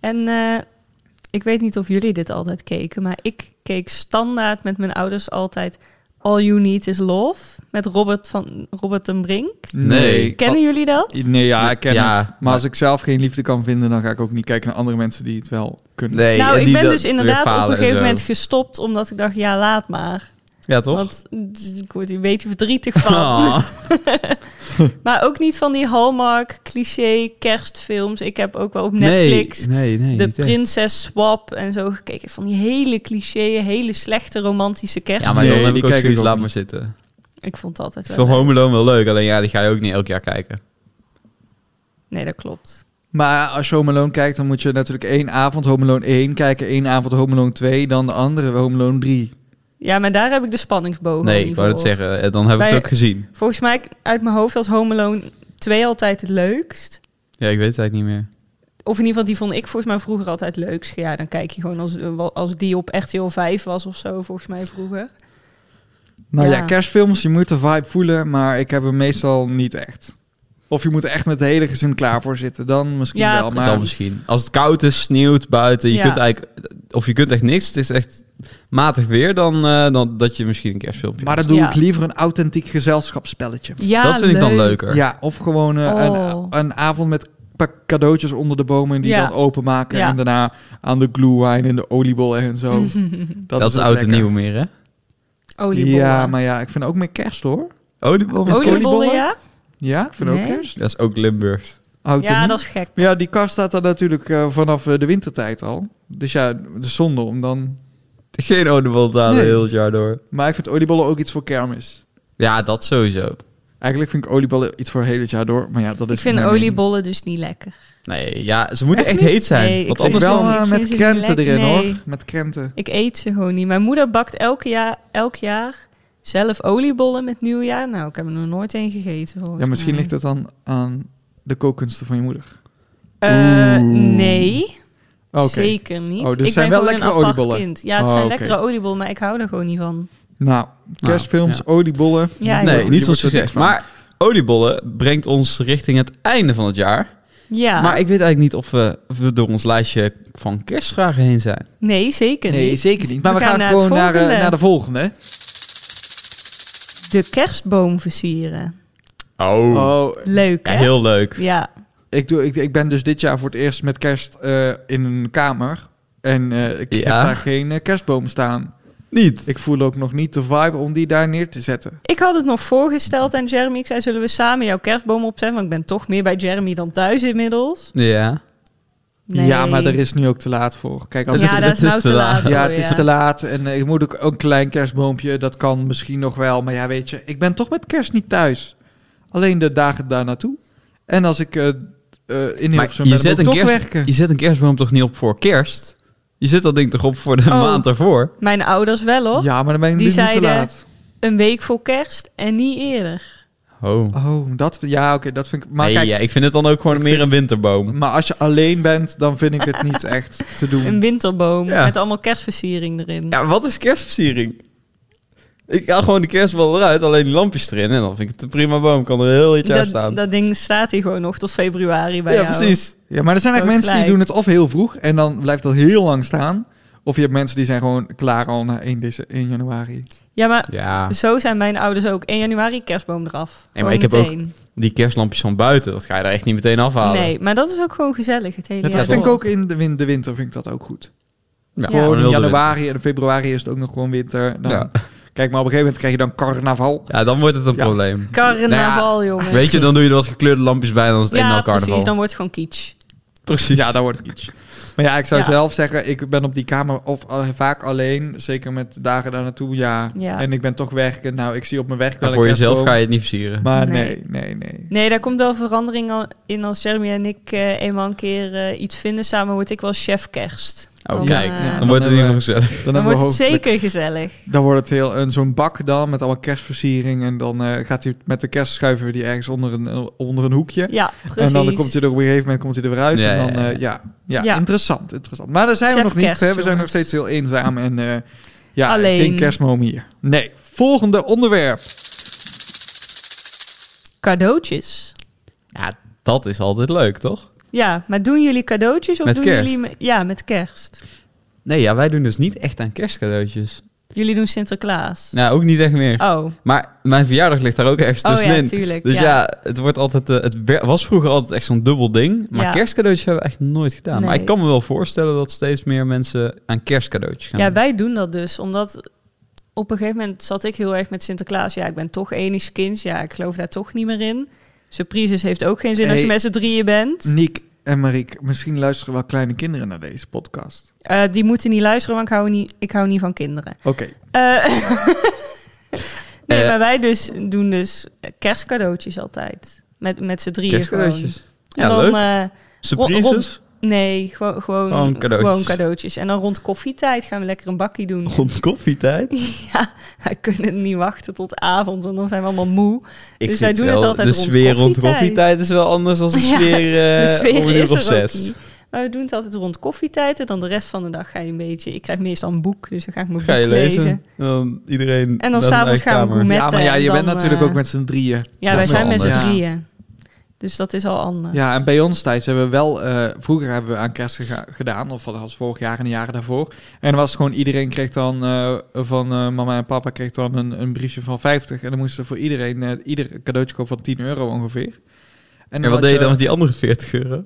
S3: En eh, ik weet niet of jullie dit altijd keken, maar ik keek standaard met mijn ouders altijd All You Need Is Love met Robert van Robert en Brink.
S2: Nee. Oh.
S3: Kennen jullie dat?
S1: Nee, ja, ik ken
S2: Ja,
S1: het. Maar als ik zelf geen liefde kan vinden, dan ga ik ook niet kijken naar andere mensen die het wel kunnen.
S2: Nee, en
S3: nou, ik
S2: die
S3: ben
S2: dat
S3: dus
S2: weer
S3: inderdaad
S2: falen
S3: op een
S2: en
S3: gegeven
S2: zo.
S3: moment gestopt omdat ik dacht, ja, laat maar.
S2: Ja, toch?
S3: Want eh, ik word hier een beetje verdrietig van.
S2: Ah.
S3: Maar ook niet van die Hallmark, cliché, kerstfilms. Ik heb ook wel op
S2: Nee,
S3: Netflix
S2: nee, nee,
S3: de
S2: niet echt.
S3: Prinses Swap en zo gekeken. Van die hele cliché, hele slechte romantische kerst.
S2: Ja, maar dan
S1: Nee,
S2: heb
S1: die
S2: ik ook
S1: kijk ik
S2: zoiets,
S1: ook
S2: laat
S1: niet.
S2: maar zitten.
S3: Ik vond het altijd
S2: Ik
S3: wel
S2: vind
S3: leuk.
S2: Home Alone wel leuk, alleen ja, die ga je ook niet elk jaar kijken.
S3: Nee, dat klopt.
S1: Maar als je Home Alone kijkt, dan moet je natuurlijk één avond Home Alone 1 kijken, één avond Home Alone 2, dan de andere Home Alone 3.
S3: Ja, maar daar heb ik de spanningsboog
S2: nee,
S3: al
S2: ik
S3: niet
S2: wou
S3: voor.
S2: het zeggen. eh, Dan heb ik
S3: Bij-
S2: het ook gezien.
S3: Volgens mij uit mijn hoofd was Home Alone 2 altijd het leukst.
S2: Ja, ik weet het eigenlijk niet meer.
S3: Of in ieder geval, die vond ik volgens mij vroeger altijd het leukst. Ja, dan kijk je gewoon als, als die op RTL 5 was of zo, volgens mij vroeger.
S1: Nou ja.
S3: Ja.
S1: kerstfilms, je moet de vibe voelen, maar ik heb hem meestal niet echt. Of je moet er echt met de hele gezin klaar voor zitten, dan misschien
S3: Ja,
S1: wel.
S3: precies.
S1: Maar
S2: Dan misschien. Als het koud is, sneeuwt buiten, je
S3: Ja.
S2: kunt eigenlijk, of je kunt echt niks. Het is echt matig weer dan, eh, dan dat je misschien een kerstfilmpje.
S1: Maar dan
S2: hebt.
S1: doe
S3: Ja.
S1: ik liever een authentiek gezelschapsspelletje.
S3: Ja,
S2: dat vind ik dan
S3: leuk.
S2: leuker.
S1: Ja, of gewoon eh,
S3: Oh.
S1: een, een avond met pak cadeautjes onder de bomen die
S3: Ja.
S1: dan openmaken.
S3: Ja.
S1: En daarna aan de glue wine en de oliebollen en zo.
S2: Dat, is
S1: het
S2: oud en
S1: lekker.
S2: nieuw meer, hè?
S3: Oliebollen.
S1: Ja, maar ja, ik vind ook meer kerst hoor.
S2: Oliebol met
S1: Oliebollen?
S3: Oliebollen, ja?
S1: Ja, ik vind ook
S3: Nee.
S1: kerst.
S2: Dat is ook Limburgs.
S1: Oud en
S3: Ja,
S1: nieuw.
S3: dat is gek.
S1: Ja, die kar staat daar natuurlijk eh, vanaf eh, de wintertijd al. Dus ja, de zonde om dan...
S2: Geen oliebol te halen
S1: Nee.
S2: heel het jaar door.
S1: Maar ik vind oliebollen ook iets voor kermis.
S2: Ja, dat sowieso.
S1: Eigenlijk vind ik oliebollen iets voor heel het jaar door. Maar ja, dat is
S3: Ik vind
S1: mijn mening.
S3: oliebollen dus niet lekker.
S2: Nee, ja, ze moeten
S1: Echt
S2: echt,
S1: niet?
S2: heet zijn.
S3: Nee, ik
S2: want
S3: vind
S1: Anders
S2: anders...
S3: ze
S1: wel
S3: niet.
S1: eh,
S3: Ik
S1: met
S3: vind ze
S1: krenten
S3: niet
S1: erin
S3: lekker.
S1: hoor. Met krenten.
S3: Ik eet ze gewoon niet. Mijn moeder bakt elk jaar, elk jaar zelf oliebollen met nieuwjaar. Nou, ik heb er nog nooit één gegeten. volgens
S1: Ja, misschien
S3: mij.
S1: ligt het dan aan de kookkunsten van je moeder.
S3: Eh,
S1: Oeh.
S3: nee,
S1: Oké.
S3: zeker niet.
S1: Oh, dus
S3: ik
S1: zijn
S3: ben
S1: wel
S3: gewoon
S1: lekkere
S3: een apart
S1: oliebollen.
S3: kind. Ja, het
S1: Oh,
S3: zijn
S1: oké.
S3: lekkere oliebollen, maar ik hou er gewoon niet van.
S1: Nou, kerstfilms, oliebollen.
S3: Ja,
S2: Nee,
S1: Je
S2: niet
S1: wordt
S2: zoals
S1: er
S2: gezegd.
S1: dik van.
S2: Maar oliebollen brengt ons richting het einde van het jaar.
S3: Ja,
S2: Maar ik weet eigenlijk niet of we, of we door ons lijstje van kerstvragen heen zijn.
S3: nee, zeker niet.
S1: Nee, zeker niet. Maar we, gaan,
S3: naar het
S1: gewoon naar, eh,
S3: volgende.
S1: naar de volgende.
S3: De kerstboom versieren.
S2: Oh,
S1: Oh,
S3: Leuk,
S2: Ja,
S3: hè?
S2: heel leuk.
S3: Ja,
S1: ik, doe, ik, ik ben dus dit jaar voor het eerst met kerst eh, in een kamer. En eh, ik heb
S2: Ja.
S1: daar geen eh, kerstboom staan.
S2: Niet.
S1: Ik voel ook nog niet de vibe om die daar neer te zetten.
S3: Ik had het nog voorgesteld aan Jeremy. Ik zei, zullen we samen jouw kerstboom opzetten? Want ik ben toch meer bij Jeremy dan thuis inmiddels.
S2: Ja.
S3: Nee.
S1: Ja, maar daar is nu ook te laat voor. Kijk, als
S2: Het
S3: Ja,
S2: is-
S3: dat is
S2: het is
S3: nou
S2: te
S3: te laat.
S2: laat.
S1: Ja, het
S3: voor,
S1: is te laat en eh, ik moet ook een klein kerstboompje. Dat kan misschien nog wel. Maar ja, weet je, ik ben toch met kerst niet thuis. Alleen de dagen daar naartoe. En als ik eh eh in
S2: Maar
S1: Hilversum ben,
S2: je
S1: dan
S2: zet,
S1: moet ik
S2: een
S1: toch
S2: kerst,
S1: werken.
S2: je zet een kerstboom toch niet op voor kerst? Je zet dat ding toch op voor de
S3: Oh.
S2: maand daarvoor?
S3: Mijn ouders wel, hoor.
S1: Ja, maar dan ben ik
S3: Die
S1: nu niet te
S3: zeiden-
S1: laat.
S3: Een week voor kerst en niet eerder.
S2: Oh.
S1: Oh, dat, ja, oké, dat vind ik... Maar
S2: nee,
S1: kijk,
S2: ja, ik vind het dan ook gewoon meer een winterboom.
S1: maar als je alleen bent, dan vind ik het niet echt te doen.
S3: Een winterboom
S2: Ja.
S3: met allemaal kerstversiering erin.
S2: Ja, wat is kerstversiering? Ik haal gewoon de kerstbal eruit, alleen die lampjes erin. En dan vind ik het een prima boom. Kan er heel het jaar staan.
S3: dat, dat ding staat hier gewoon nog tot februari bij
S2: ja,
S3: jou.
S2: precies.
S1: Ja, maar er zijn
S3: Ook
S1: eigenlijk mensen die
S3: gelijk.
S1: doen het of heel vroeg en dan blijft dat heel lang staan. Of je hebt mensen die zijn gewoon klaar al na 1, dece- 1 januari.
S3: Ja, maar
S2: Ja.
S3: zo zijn mijn ouders ook. 1 januari kerstboom eraf.
S2: maar
S3: Gewoon
S2: ik heb ook
S3: meteen.
S2: Dus- Die kerstlampjes van buiten, dat ga je daar echt niet meteen afhalen.
S3: Nee, maar dat is ook gewoon gezellig het hele
S1: Ja,
S3: jaar
S1: dat vind ik
S3: door.
S1: ook in de, win- de winter vind ik dat ook goed.
S2: Ja,
S3: Gewoon
S1: gewoon
S2: heel
S1: in
S2: de
S1: januari en in februari is het ook nog gewoon winter. Dan,
S2: Ja.
S1: Kijk, maar op een gegeven moment krijg je dan carnaval.
S2: winter. Ja, dan wordt het een
S1: Ja.
S2: probleem.
S3: Carnaval, jongens.
S2: Nou Weet je, dan doe je er wat gekleurde lampjes bij en dan is het
S3: ja,
S2: eenmaal
S3: precies.
S2: carnaval.
S3: Dan wordt het gewoon kitsch.
S2: Precies.
S1: Ja, daar wordt het iets. Maar ja, ik zou
S3: Ja.
S1: zelf zeggen, ik ben op die kamer of eh, vaak alleen, zeker met dagen daar naartoe, ja.
S3: Ja.
S1: En ik ben toch werken. Nou, ik zie op mijn weg wel
S2: Maar
S1: een
S2: voor jezelf
S1: kerstboom,
S2: ga je het niet versieren.
S1: Maar nee,
S3: Nee.
S1: nee, nee.
S3: Nee, daar komt wel verandering al- in als Jeremy en ik eh, eenmaal een keer eh, iets vinden. Samen word ik wel chef kerst.
S2: Oh,
S3: Dan,
S2: kijk.
S3: eh,
S1: ja.
S2: dan wordt het in ieder
S1: hebben
S2: geval gezellig.
S1: Dan,
S3: dan
S1: hebben we
S3: wordt het
S1: hoofdelijk-
S3: zeker gezellig.
S1: Dan wordt het heel een zo'n bak dan met allemaal kerstversiering en dan eh, gaat hij met de kerst schuiven we die ergens onder een eh, onder een hoekje.
S3: Ja, precies.
S1: En dan komt hij er op een gegeven moment komt hij er weer uit.
S2: Ja,
S1: en dan,
S2: ja, ja.
S1: eh, ja, ja,
S3: Ja.
S1: interessant, interessant. Maar daar zijn we
S3: Chef
S1: nog niet.
S3: kerst,
S1: hè. We zijn nog
S3: jongens.
S1: steeds heel eenzaam en eh, ja,
S3: Alleen.
S1: geen kerstboom hier. Nee, volgende onderwerp.
S3: Cadeautjes.
S2: Ja, dat is altijd leuk, toch?
S3: Ja, maar doen jullie cadeautjes of
S2: Met
S3: doen
S2: kerst.
S3: jullie... me- Ja, met kerst.
S2: Nee, ja, wij doen dus niet echt aan kerstcadeautjes.
S3: Jullie doen Sinterklaas.
S2: Nou, ook niet echt meer.
S3: Oh,
S2: Maar mijn verjaardag ligt daar ook ergens
S3: Oh ja,
S2: tussenin.
S3: tuurlijk,
S2: Dus ja,
S3: ja.
S2: het, wordt altijd, eh, het wer- was vroeger altijd echt zo'n dubbel ding. Maar
S3: Ja.
S2: kerstcadeautjes hebben we echt nooit gedaan. Maar
S3: Nee.
S2: ik kan me wel voorstellen dat steeds meer mensen aan kerstcadeautjes gaan.
S3: ja, wij doen dat dus. Omdat op een gegeven moment zat ik heel erg met Sinterklaas. Ja, ik ben toch enig kind. Ja, ik geloof daar toch niet meer in. Surprises heeft ook geen zin als je
S1: Hey.
S3: met z'n drieën bent.
S2: Mm.
S1: Niek en Mariek, misschien luisteren wel kleine kinderen naar deze podcast.
S3: Eh, die moeten niet luisteren, want ik hou niet, ik hou niet van kinderen.
S1: Oké,
S3: Eh, nee,
S2: Eh.
S3: maar wij dus doen dus kerstcadeautjes altijd. Met, met z'n drieën
S2: kerstcadeautjes.
S3: gewoon.
S2: Ja,
S3: en dan,
S2: leuk.
S3: eh,
S2: Surprises.
S3: nee, gewoon, gewoon,
S2: Gewoon
S3: gewoon,
S2: cadeautjes.
S3: cadeautjes. En dan rond koffietijd gaan we lekker een bakkie doen.
S2: Rond koffietijd.
S3: Ja, wij kunnen niet wachten tot avond, want dan zijn we allemaal moe. dus wij doen
S2: wel,
S3: het altijd
S2: de
S3: rond
S2: sfeer rond
S3: koffietijd.
S2: koffietijd is wel anders dan de
S3: Ja,
S2: sfeer, eh,
S3: de
S2: om een
S3: sfeer
S2: uur
S3: is
S2: of
S3: er ook
S2: zes.
S3: niet. Maar we doen het altijd rond koffietijd. En dan de rest van de dag ga je een beetje... Ik krijg meestal een boek, dus dan ga ik mijn boek
S2: Ga je lezen.
S3: lezen.
S2: En dan iedereen naar
S3: dan
S2: zijn
S3: s'avonds
S2: eigen
S3: gaan we
S2: kamer.
S3: gourmetten.
S1: ja, maar ja, je
S3: dan,
S1: bent natuurlijk
S3: eh,
S1: ook met z'n drieën.
S3: Ja,
S2: Dat
S3: wij
S2: is
S3: zijn
S2: wel
S3: met z'n
S1: anders.
S3: drieën. Dus dat is al anders.
S1: Ja, en bij ons thuis hebben we wel... eh, vroeger hebben we aan kerst gega- gedaan, of dat was vorig jaar en de jaren daarvoor. En dan was het gewoon, iedereen kreeg dan eh, van eh, mama en papa kreeg dan een, een briefje van 50. En dan moesten ze voor iedereen eh, ieder een cadeautje kopen van 10 euro ongeveer.
S2: En wat deed je dan
S1: met
S2: met die andere 40 euro?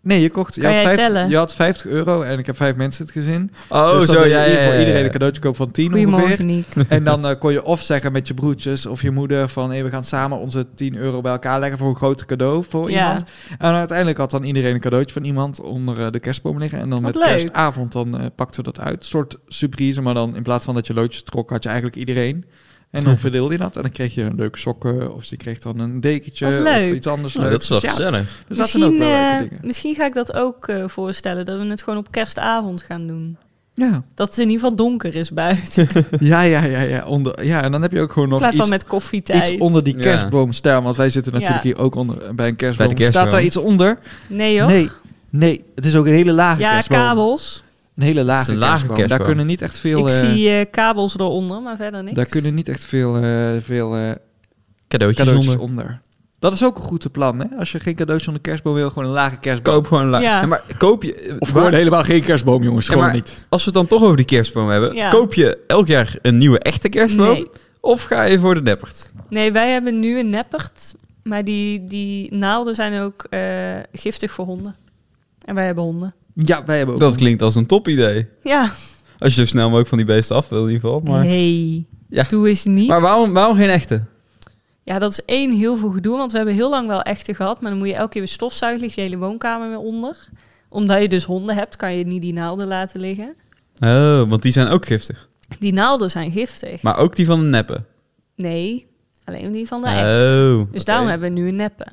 S1: Nee, je kocht. Je
S3: Kan
S1: had,
S3: jij
S1: 50,
S3: tellen?
S1: je had 50 euro en ik heb vijf mensen in het gezin.
S2: Oh,
S1: Dus dan
S2: zo,
S1: wil je
S2: ja,
S1: in ieder
S2: ja,
S1: geval
S2: ja,
S1: iedereen
S2: ja.
S1: een cadeautje kopen van 10
S3: Goedemorgen,
S1: ongeveer.
S3: Niek.
S1: En dan eh, kon je of zeggen met je broertjes of je moeder van hey, we gaan samen onze 10 euro bij elkaar leggen voor een groot cadeau voor
S3: Ja.
S1: iemand. En uiteindelijk had dan iedereen een cadeautje van iemand onder eh, de kerstboom liggen. En dan
S3: Wat
S1: met
S3: leuk.
S1: kerstavond dan eh, pakten we dat uit. Een soort surprise, maar dan in plaats van dat je loodjes trok, had je eigenlijk iedereen. En dan verdeelde je dat en dan kreeg je een leuke sokken of je kreeg dan een dekentje
S3: Wat
S1: of
S3: leuk.
S1: iets anders
S2: Nou, dat
S1: leuks.
S2: is wel
S1: Dus ja,
S2: gezellig.
S1: dus dat zijn ook
S3: Misschien,
S1: wel leuke
S3: eh,
S1: dingen.
S3: misschien ga ik dat ook eh, voorstellen. Dat we het gewoon op kerstavond gaan doen.
S1: Ja.
S3: Dat het in ieder geval donker is buiten.
S1: Ja, ja, ja, ja. Onder, ja, en dan heb je ook gewoon
S3: In
S1: nog
S3: plaats
S1: iets,
S3: van met
S1: iets
S3: koffietijd.
S1: onder die
S2: Ja.
S1: kerstboom staan. Want wij zitten natuurlijk
S3: Ja.
S1: hier ook onder, bij een kerstboom.
S2: Bij de kerstboom.
S1: Staat daar iets onder?
S3: Nee joh.
S1: Nee, nee. Het is ook een hele lage
S3: ja,
S1: kerstboom.
S3: kabels.
S1: Een hele lage,
S2: Het is een lage
S1: kerstboom. Daar
S2: kerstboom.
S1: kunnen niet echt veel...
S3: ik
S1: eh,
S3: zie eh, kabels eronder, maar verder niks.
S1: daar kunnen niet echt veel, eh, veel eh,
S2: Cadeautjes
S1: cadeautjes
S2: zonder.
S1: onder. Dat is ook een goed plan, hè? Als je geen cadeautje onder kerstboom wil, gewoon een lage kerstboom.
S2: Koop gewoon een la-
S3: Ja.
S2: Ja, maar koop je...
S1: Of gewoon
S2: waar-
S1: helemaal geen kerstboom, jongens.
S2: Ja,
S1: Gewoon
S2: maar-
S1: niet.
S2: Als we het dan toch over die kerstboom hebben,
S3: Ja.
S2: koop je elk jaar een nieuwe echte kerstboom?
S3: Nee.
S2: Of ga je voor de neppert?
S3: Nee, wij hebben nu een neppert. Maar die, die naalden zijn ook eh, giftig voor honden. En wij hebben honden.
S1: Ja, wij hebben ook...
S2: Dat klinkt als een top idee.
S3: Ja.
S2: Als je zo snel mogelijk van die beesten af wil in ieder geval. Maar,
S3: Nee.
S2: Ja.
S3: Doe eens niet.
S2: maar waarom, waarom geen echte?
S3: Ja, dat is één heel veel gedoe. Want we hebben heel lang wel echte gehad. Maar dan moet je elke keer weer stofzuigen. Ligt je hele woonkamer weer onder. Omdat je dus honden hebt, kan je niet die naalden laten liggen.
S2: Oh, want die zijn ook giftig.
S3: Die naalden zijn giftig.
S2: Maar ook die van de neppen.
S3: Nee, alleen die van de echt.
S2: Oh.
S3: Dus daarom hebben we nu een neppe.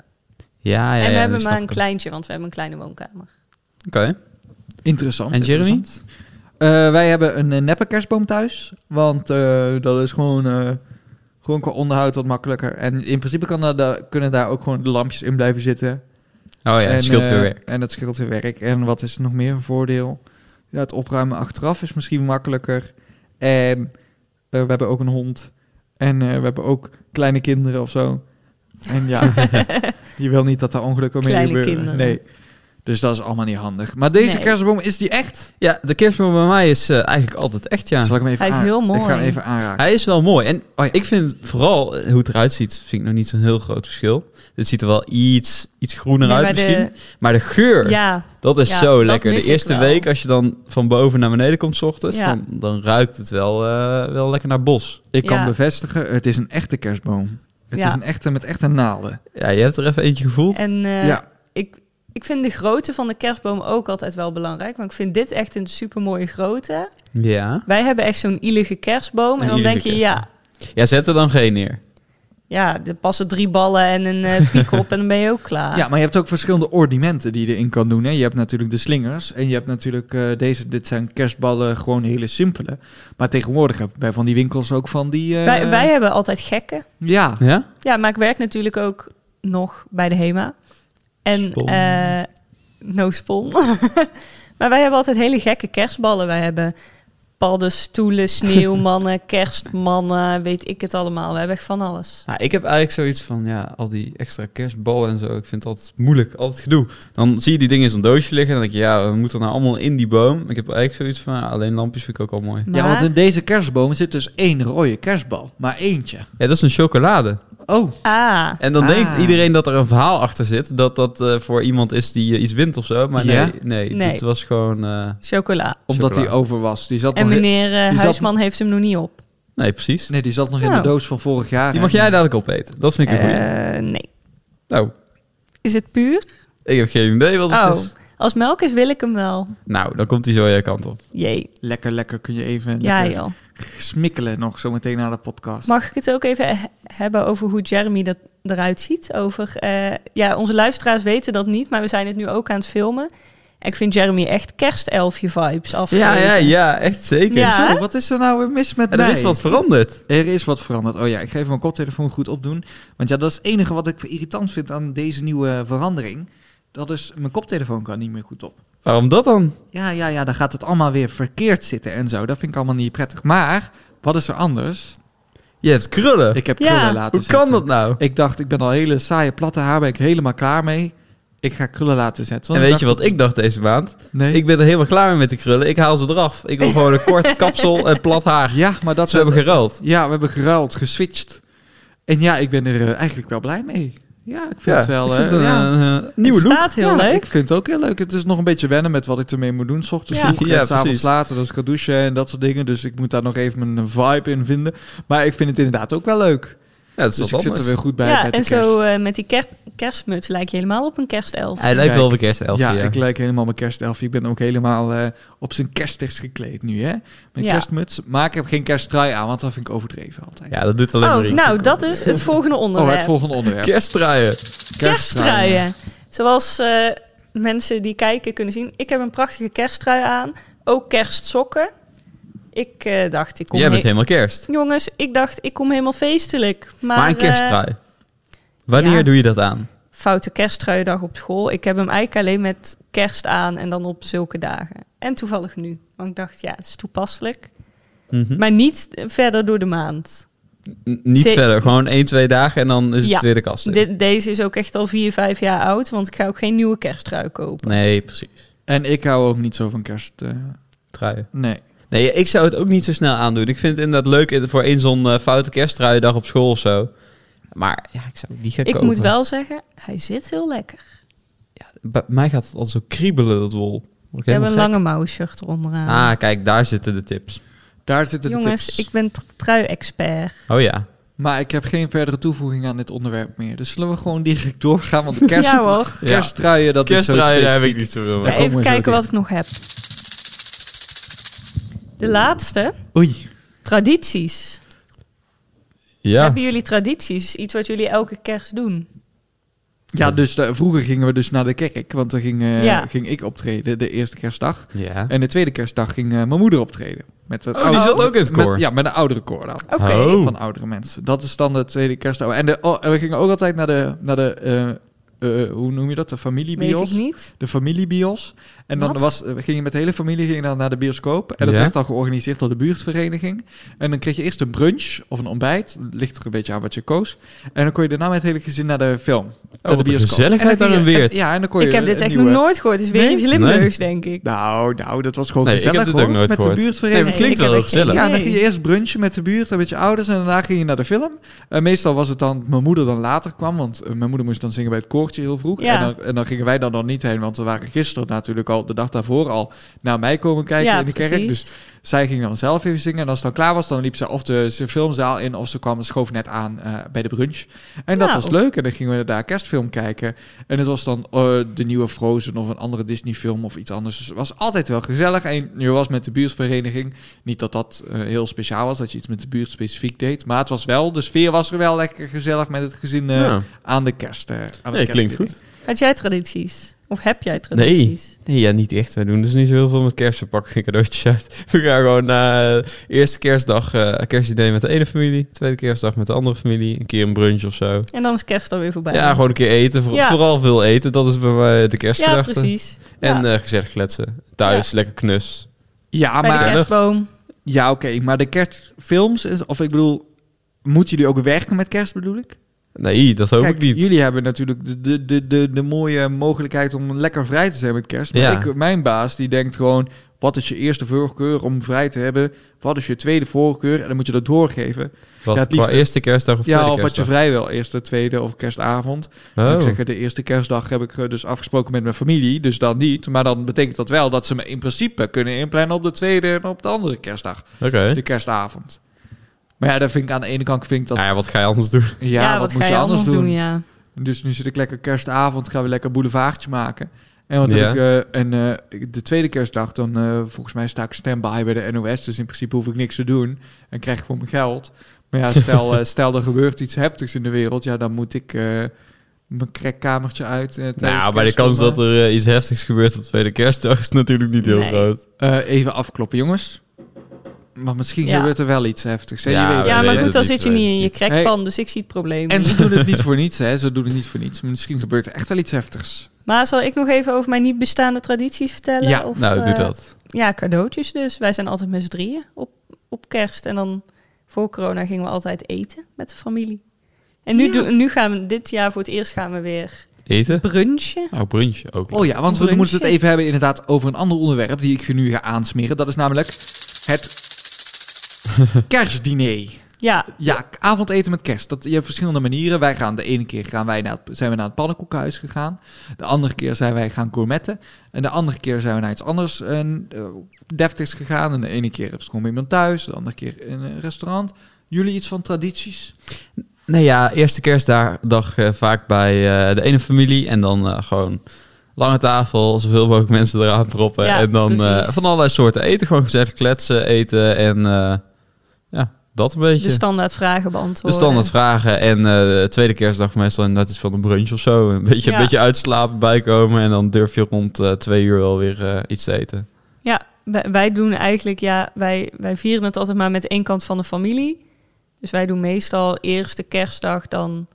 S2: Ja, ja,
S3: en we
S2: ja,
S3: hebben
S2: dat
S3: maar
S2: snap
S3: een
S2: ik.
S3: kleintje, want we hebben een kleine woonkamer.
S2: Oké.
S1: Interessant.
S2: En Jeremy?
S1: interessant. Eh, wij hebben een eh, neppe kerstboom thuis. Want eh, dat is gewoon, eh, gewoon qua onderhoud wat makkelijker. En in principe kan daar- daar, kunnen daar ook gewoon de lampjes in blijven zitten.
S2: Oh ja,
S1: en,
S2: het scheelt weer
S1: eh,
S2: werk.
S1: En dat scheelt weer werk. En wat is nog meer een voordeel? Ja, het opruimen achteraf is misschien makkelijker. En eh, we hebben ook een hond. En eh, we hebben ook kleine kinderen of zo. En ja, je wil niet dat daar ongelukken mee
S3: Kleine
S1: gebeuren.
S3: kinderen.
S1: Nee. Dus dat is allemaal niet handig. Maar deze
S3: Nee.
S1: kerstboom, is die echt?
S2: Ja, de kerstboom bij mij is eh, eigenlijk altijd echt, ja.
S1: Zal ik hem even
S3: Hij is
S1: aan-
S3: heel mooi.
S1: Ik ga hem even aanraken.
S2: Hij is wel mooi. En
S1: Oh ja.
S2: ik vind vooral eh, hoe het eruit ziet, vind ik nog niet zo'n heel groot verschil. Het ziet er wel iets, iets groener
S3: Nee,
S2: uit
S3: maar de-
S2: misschien. Maar de geur,
S3: Ja,
S2: dat is
S3: Ja,
S2: zo
S3: dat
S2: lekker.
S3: mis
S2: De
S3: ik
S2: eerste
S3: wel.
S2: week, als je dan van boven naar beneden komt, 's ochtends,
S3: Ja.
S2: dan, dan ruikt het wel, eh, wel lekker naar bos.
S1: Ik kan
S3: Ja.
S1: bevestigen, het is een echte kerstboom. Het
S3: Ja.
S1: is een echte met echte naalden.
S2: Ja, je hebt er even eentje gevoeld.
S3: en eh,
S1: ja.
S3: ik, ik vind de grootte van de kerstboom ook altijd wel belangrijk. Want ik vind dit echt een supermooie grootte.
S2: Ja.
S3: Wij hebben echt zo'n ielige kerstboom.
S2: Een
S3: en dan
S2: ielige
S3: denk je, ja,
S2: ja, zet er dan geen neer.
S3: ja, er passen drie ballen en een eh, piek op en dan ben je ook klaar.
S1: ja, maar je hebt ook verschillende ornamenten die je erin kan doen. Hè. Je hebt natuurlijk de slingers en je hebt natuurlijk eh, deze. Dit zijn kerstballen, gewoon hele simpele. Maar tegenwoordig heb je bij van die winkels ook van die... eh,
S3: wij, wij hebben altijd gekken.
S1: Ja,
S2: Ja?
S3: Ja, maar ik werk natuurlijk ook nog bij de HEMA. En
S2: Spon.
S3: eh no spon. maar wij hebben altijd hele gekke kerstballen. Wij hebben padden, stoelen, sneeuwmannen, kerstmannen, weet ik het allemaal. We hebben echt van alles.
S2: Nou, ik heb eigenlijk zoiets van, ja, al die extra kerstballen en zo. Ik vind het altijd moeilijk, altijd gedoe. Dan zie je die dingen in zo'n doosje liggen en dan denk je, ja, we moeten nou allemaal in die boom. Ik heb eigenlijk zoiets van, ja, alleen lampjes vind ik ook al mooi.
S3: Maar
S1: ja, want in deze kerstboom zit dus één rode kerstbal. Maar eentje.
S2: Ja, dat is een chocolade.
S1: Oh,
S3: ah,
S2: En dan
S1: Ah.
S2: denkt iedereen dat er een verhaal achter zit. Dat dat eh, voor iemand is die eh, iets wint of zo. Maar nee,
S1: Ja?
S2: nee,
S3: Nee.
S2: dit was gewoon... eh,
S3: chocola.
S1: omdat
S2: Chocola.
S1: die over was. Die zat
S3: En
S1: nog in-
S3: meneer eh,
S1: zat-
S3: Huisman heeft hem nog niet op.
S2: nee, precies.
S1: Nee, die zat nog in de
S3: Nou.
S1: doos van vorig jaar.
S2: Die mag
S1: En-
S2: jij dadelijk opeten. Dat vind ik een goeie.
S3: Eh, nee.
S2: Nou,
S3: Is het puur?
S2: ik heb geen idee wat het
S3: Oh,
S2: is.
S3: als melk is wil ik hem wel.
S2: Nou, dan komt hij zo jouw kant op.
S3: Jee.
S1: Lekker, lekker. Kun je even
S3: Ja
S1: lekker
S3: joh.
S1: smikkelen nog zometeen na de podcast.
S3: Mag ik het ook even he- hebben over hoe Jeremy dat eruit ziet? Over, eh, ja, onze luisteraars weten dat niet, maar we zijn het nu ook aan het filmen. Ik vind Jeremy echt kerstelfje vibes af.
S2: Ja, ja, ja, echt zeker.
S3: Ja.
S1: Zo, wat is er nou weer mis met
S2: En
S1: mij?
S2: er is wat veranderd.
S1: Er is wat veranderd. Oh ja, ik ga even mijn koptelefoon goed opdoen. Want ja, dat is het enige wat ik irritant vind aan deze nieuwe verandering. Dat is, mijn koptelefoon kan niet meer goed op.
S2: Waarom dat dan?
S1: Ja, ja, ja, dan gaat het allemaal weer verkeerd zitten en zo. Dat vind ik allemaal niet prettig. Maar, wat is er anders?
S2: Je hebt krullen.
S1: Ik heb
S3: Ja.
S1: krullen laten
S2: Hoe
S1: zetten.
S2: kan dat nou?
S1: Ik dacht, ik ben al hele saaie platte haar, ben ik helemaal klaar mee. Ik ga krullen laten zetten.
S2: En
S1: Want
S2: weet je
S1: dacht-
S2: wat ik dacht deze maand?
S1: Nee.
S2: Ik ben er helemaal klaar mee met de krullen. Ik haal ze eraf. Ik wil gewoon een kort kapsel en plat haar.
S1: Ja, maar dat
S2: Ze hebben geruild.
S1: Ja, we hebben geruild, geswitcht. En ja, ik ben er eh, eigenlijk wel blij mee. Ja, ik vind
S2: Ja,
S1: het wel
S2: ik vind
S1: eh,
S2: het een,
S1: ja.
S2: eh, nieuwe
S3: het
S2: look.
S3: staat heel
S1: Ja,
S3: leuk.
S1: Ik vind het ook heel leuk. Het is nog een beetje wennen met wat ik ermee moet doen. S ochtends
S3: Ja.
S1: vroeg
S2: Ja,
S1: en s'avonds
S2: precies.
S1: later. Dus ik ga douchen en dat soort dingen. Dus ik moet daar nog even mijn vibe in vinden. Maar ik vind het inderdaad ook wel leuk.
S2: Ja, het is
S1: Dus ik
S2: wat
S1: zit er
S2: anders.
S1: weer goed bij
S3: ja,
S1: met
S3: en
S1: de kerst.
S3: zo eh, met die ker- kerstmuts lijk je helemaal op een kerstelf.
S2: Hij lijkt wel
S1: Kijk.
S2: op een kerstelf.
S1: ja,
S2: Ja,
S1: ik lijk helemaal mijn kerstelfje. Ik ben ook helemaal eh, op zijn kerstigs gekleed nu, hè? Mijn
S3: Ja.
S1: kerstmuts. Maar ik heb geen kersttrui aan, want dat vind ik overdreven altijd.
S2: ja, dat doet alleen maar
S3: Oh,
S2: Riek.
S3: nou, dat is het volgende
S1: oh,
S3: onderwerp.
S1: het volgende onderwerp.
S2: Kerstdraaien.
S3: Kersttruien. Zoals eh, mensen die kijken kunnen zien. Ik heb een prachtige kersttrui aan. Ook kerstsokken. Ik eh, dacht, ik kom...
S2: Jij bent
S3: he-
S2: helemaal kerst.
S3: Jongens, ik dacht, ik kom helemaal feestelijk. Maar,
S2: Maar, een
S3: eh,
S2: kerstdraai. Wanneer
S3: ja.
S2: doe je dat aan?
S3: foute kersttruiendag op school. Ik heb hem eigenlijk alleen met kerst aan en dan op zulke dagen. En toevallig nu. Want ik dacht, ja, het is toepasselijk.
S2: Mhm.
S3: Maar niet verder door de maand.
S2: N- Niet
S3: Ze-
S2: verder, gewoon 1, 2 dagen en dan is
S3: Ja.
S2: het weer de kast. in.
S3: De- deze is ook echt al vier, vijf jaar oud. Want ik ga ook geen nieuwe kersttrui kopen.
S2: Nee, precies.
S1: En ik hou ook niet zo van kerst. eh,
S2: Truien.
S1: nee.
S2: Nee, ik zou het ook niet zo snel aandoen. Ik vind het inderdaad leuk in- voor één zo'n eh, foute kerstdraaiendag op school of zo. Maar ja, ik zou het niet gaan
S3: Ik
S2: kopen.
S3: moet wel zeggen, hij zit heel lekker.
S2: Bij mij gaat het al zo kriebelen, dat wol.
S3: Ik heb een lange mouwshirt eronder aan.
S2: Ah, kijk, daar zitten de tips.
S1: Daar zitten de
S3: Jongens,
S1: tips.
S3: ik ben tr- trui-expert.
S2: Oh ja.
S1: Maar ik heb geen verdere toevoeging aan dit onderwerp meer. Dus zullen we gewoon direct doorgaan? Want de kerst,
S3: Ja hoor.
S1: kersttruien, dat is zo specifiek.
S2: niet zoveel
S1: mee.
S3: Ja,
S1: komen
S3: even
S1: we zo
S3: kijken
S1: op.
S3: wat ik nog heb. De laatste,
S1: Oei.
S3: tradities.
S2: Ja,
S3: Hebben jullie tradities? Iets wat jullie elke kerst doen?
S1: Ja, dus eh, vroeger gingen we dus naar de kerk. Want dan ging, eh,
S3: Ja.
S1: ging ik optreden, de eerste kerstdag.
S2: ja.
S1: En de tweede kerstdag ging eh, mijn moeder optreden. Met het
S2: Oh, die zat ook in het
S1: met-
S2: koor.
S1: ja, met een oudere koor dan.
S3: Oké.
S2: Oh.
S1: Van oudere mensen. Dat is dan de tweede kerstdag. En de, oh, en we gingen ook altijd naar de, naar de eh, eh, hoe noem je dat? De
S3: Weet ik
S1: familiebios.
S3: niet.
S1: de familiebios. En dan
S3: Wat?
S1: was, eh, we gingen met de hele familie gingen dan naar de bioscoop. En dat
S2: Ja.
S1: werd dan georganiseerd door de buurtvereniging. En dan kreeg je eerst een brunch of een ontbijt. Ligt er een beetje aan wat je koos. En dan kon je daarna met het hele gezin naar de film. naar de
S2: Oh, wat een
S1: bioscoop.
S2: gezelligheid
S1: En dan
S2: daar
S1: ging
S2: in
S1: je-
S2: Weert.
S1: en- Ja, en dan kon je
S3: Ik heb
S1: een-
S3: dit
S1: een
S3: echt nog
S1: nieuwe-
S3: nooit gehoord. Het is weer
S1: Nee?
S3: iets Limburgs, denk ik.
S1: Nou, nou, dat was gewoon
S2: Nee, ik heb
S1: gezellig
S2: dit ook
S1: hoor,
S2: nooit
S1: met
S2: gehoord.
S1: de
S2: Nee,
S1: buurtvereniging.
S2: maar het klinkt wel
S3: ik heb
S2: heel
S3: er
S2: gezellig.
S3: geen
S1: Ja, dan
S3: idee.
S1: ging je eerst brunchen met de buurt en met je ouders. En daarna ging je naar de film. En meestal was het dan, mijn moeder dan later kwam. Want eh, mijn moeder moest dan zingen bij het koortje heel vroeg.
S3: Ja.
S1: En, dan, en dan gingen wij dan, dan niet heen. Want we waren gisteren natuurlijk al, de dag daarvoor al, naar mij komen kijken
S3: Ja,
S1: in de kerk.
S3: precies.
S1: Dus zij ging dan zelf even zingen. En als het dan klaar was, dan liep ze of de ze filmzaal in. Of ze kwam en schoof net aan eh, bij de brunch. En dat
S3: Nou.
S1: was leuk. En dan gingen we daar kerstfilm kijken. En het was dan eh, de nieuwe Frozen of een andere Disney film of iets anders. Dus het was altijd wel gezellig. En je was met de buurtvereniging. Niet dat dat eh, heel speciaal was, dat je iets met de buurt specifiek deed. Maar het was wel, de sfeer was er wel lekker gezellig met het gezin eh,
S2: Ja.
S1: aan de kerst. eh, aan het
S2: Nee, klinkt
S1: kerstdiner.
S2: goed.
S3: Had jij tradities? Of heb jij
S2: Nee.
S3: tradities?
S2: nee, ja, niet echt. Wij doen dus niet zo heel veel met kerst. We pakken geen cadeautjes uit. We gaan gewoon na eh, eerste kerstdag eh kerstidee met de ene familie. Tweede kerstdag met de andere familie. Een keer een brunch of zo.
S3: En dan is kerst alweer voorbij.
S2: Ja, gewoon een keer eten. Voor-
S3: Ja.
S2: Vooral veel eten. Dat is bij mij de
S3: Ja,
S2: kerstgedachte.
S3: precies.
S2: En
S3: Ja,
S2: eh, gezellig kletsen. Thuis, lekker knus.
S1: Ja,
S3: bij de
S1: maar,
S3: kerstboom.
S1: ja, oké, maar de kerstfilms, is, of ik bedoel, moeten jullie ook werken met kerst bedoel ik?
S2: Nee, dat hoop
S1: Kijk,
S2: ik niet.
S1: Jullie hebben natuurlijk de, de, de, de, de mooie mogelijkheid om lekker vrij te zijn met kerst. Maar
S2: Ja.
S1: ik, mijn baas die denkt gewoon, wat is je eerste voorkeur om vrij te hebben? Wat is je tweede voorkeur? En dan moet je dat doorgeven.
S2: Wat,
S1: Ja, het liefst-
S2: qua eerste kerstdag of tweede
S1: ja, of wat je
S2: kerstdag?
S1: vrij wil. Eerste, tweede of kerstavond.
S2: Oh.
S1: Ik zeg, het, de eerste kerstdag heb ik eh, dus afgesproken met mijn familie. Dus dan niet. Maar dan betekent dat wel dat ze me in principe kunnen inplannen op de tweede en op de andere kerstdag.
S2: Oké.
S1: De kerstavond. Maar ja, dat vind ik aan de ene kant vind ik dat...
S2: Nou ja, wat ga je anders doen?
S1: ja, wat, moet je anders doen?
S3: ja.
S1: Dus nu zit ik lekker kerstavond, gaan we lekker boulevardje maken. En, wat heb
S2: Ja.
S1: ik, eh, en eh, de tweede kerstdag, dan eh, volgens mij sta ik stand-by bij de NOS. Dus in principe hoef ik niks te doen en krijg ik gewoon mijn geld. Maar ja, stel, eh, stel er gebeurt iets heftigs in de wereld, ja, dan moet ik eh, mijn krekkamertje uit. eh, tijdens
S2: Nou, bij de
S1: kerst
S2: kans
S1: om,
S2: dat er eh, iets heftigs gebeurt op tweede kerstdag is natuurlijk niet heel
S3: Nee.
S2: groot.
S1: eh, eh, even afkloppen, jongens. Maar misschien
S3: Ja.
S1: gebeurt er wel iets heftigs. hè,
S2: Ja,
S1: je weet
S2: we
S3: Ja, maar
S2: weten
S3: goed, dan
S2: het
S3: zit je
S2: niet,
S3: niet in je
S2: weet
S3: krekpan, dus ik zie het probleem
S1: En
S3: niet.
S1: ze doen het niet voor niets, hè. Ze doen het niet voor niets. Misschien gebeurt er echt wel iets heftigs.
S3: Maar zal ik nog even over mijn niet bestaande tradities vertellen?
S1: Ja,
S3: Of,
S2: nou, doe
S3: eh,
S2: dat.
S3: Ja, cadeautjes dus. Wij zijn altijd met z'n drieën op, op kerst. En dan voor corona gingen we altijd eten met de familie. En nu, doen- nu gaan we dit jaar voor het eerst gaan we weer
S2: Eten?
S3: brunchen.
S2: Nou, brunch ook.
S1: Oh ja, want we
S3: Brunchje.
S1: moeten het even hebben inderdaad over een ander onderwerp die ik je nu ga aansmeren. Dat is namelijk het kerstdiner.
S3: Ja,
S1: Ja, k- avondeten met kerst. Dat, je hebt verschillende manieren. Wij gaan de ene keer gaan wij naar het, zijn we naar het pannenkoekhuis gegaan. De andere keer zijn wij gaan gourmetten. En de andere keer zijn we naar iets anders eh, eh, deftigs gegaan. En de ene keer is- kwam iemand thuis. De andere keer in een restaurant. Jullie iets van tradities?
S2: Nee, ja, eerste kerstdag eh, vaak bij eh, de ene familie en dan eh, gewoon lange tafel, zoveel mogelijk mensen eraan proppen.
S3: Ja,
S2: en dan eh,
S3: precies.
S2: van allerlei soorten eten, gewoon gezellig kletsen, eten en eh, ja, dat een beetje.
S3: de standaard vragen
S2: De
S3: beantwoorden.
S2: standaard vragen en eh, de tweede kerstdag meestal inderdaad iets van een brunch of zo. Een beetje,
S3: Ja.
S2: een beetje uitslapen, bijkomen en dan durf je rond eh, twee uur wel weer eh, iets te eten.
S3: Ja, wij, wij doen eigenlijk, ja, wij, wij vieren het altijd maar met één kant van de familie. Dus wij doen meestal eerst de kerstdag, dan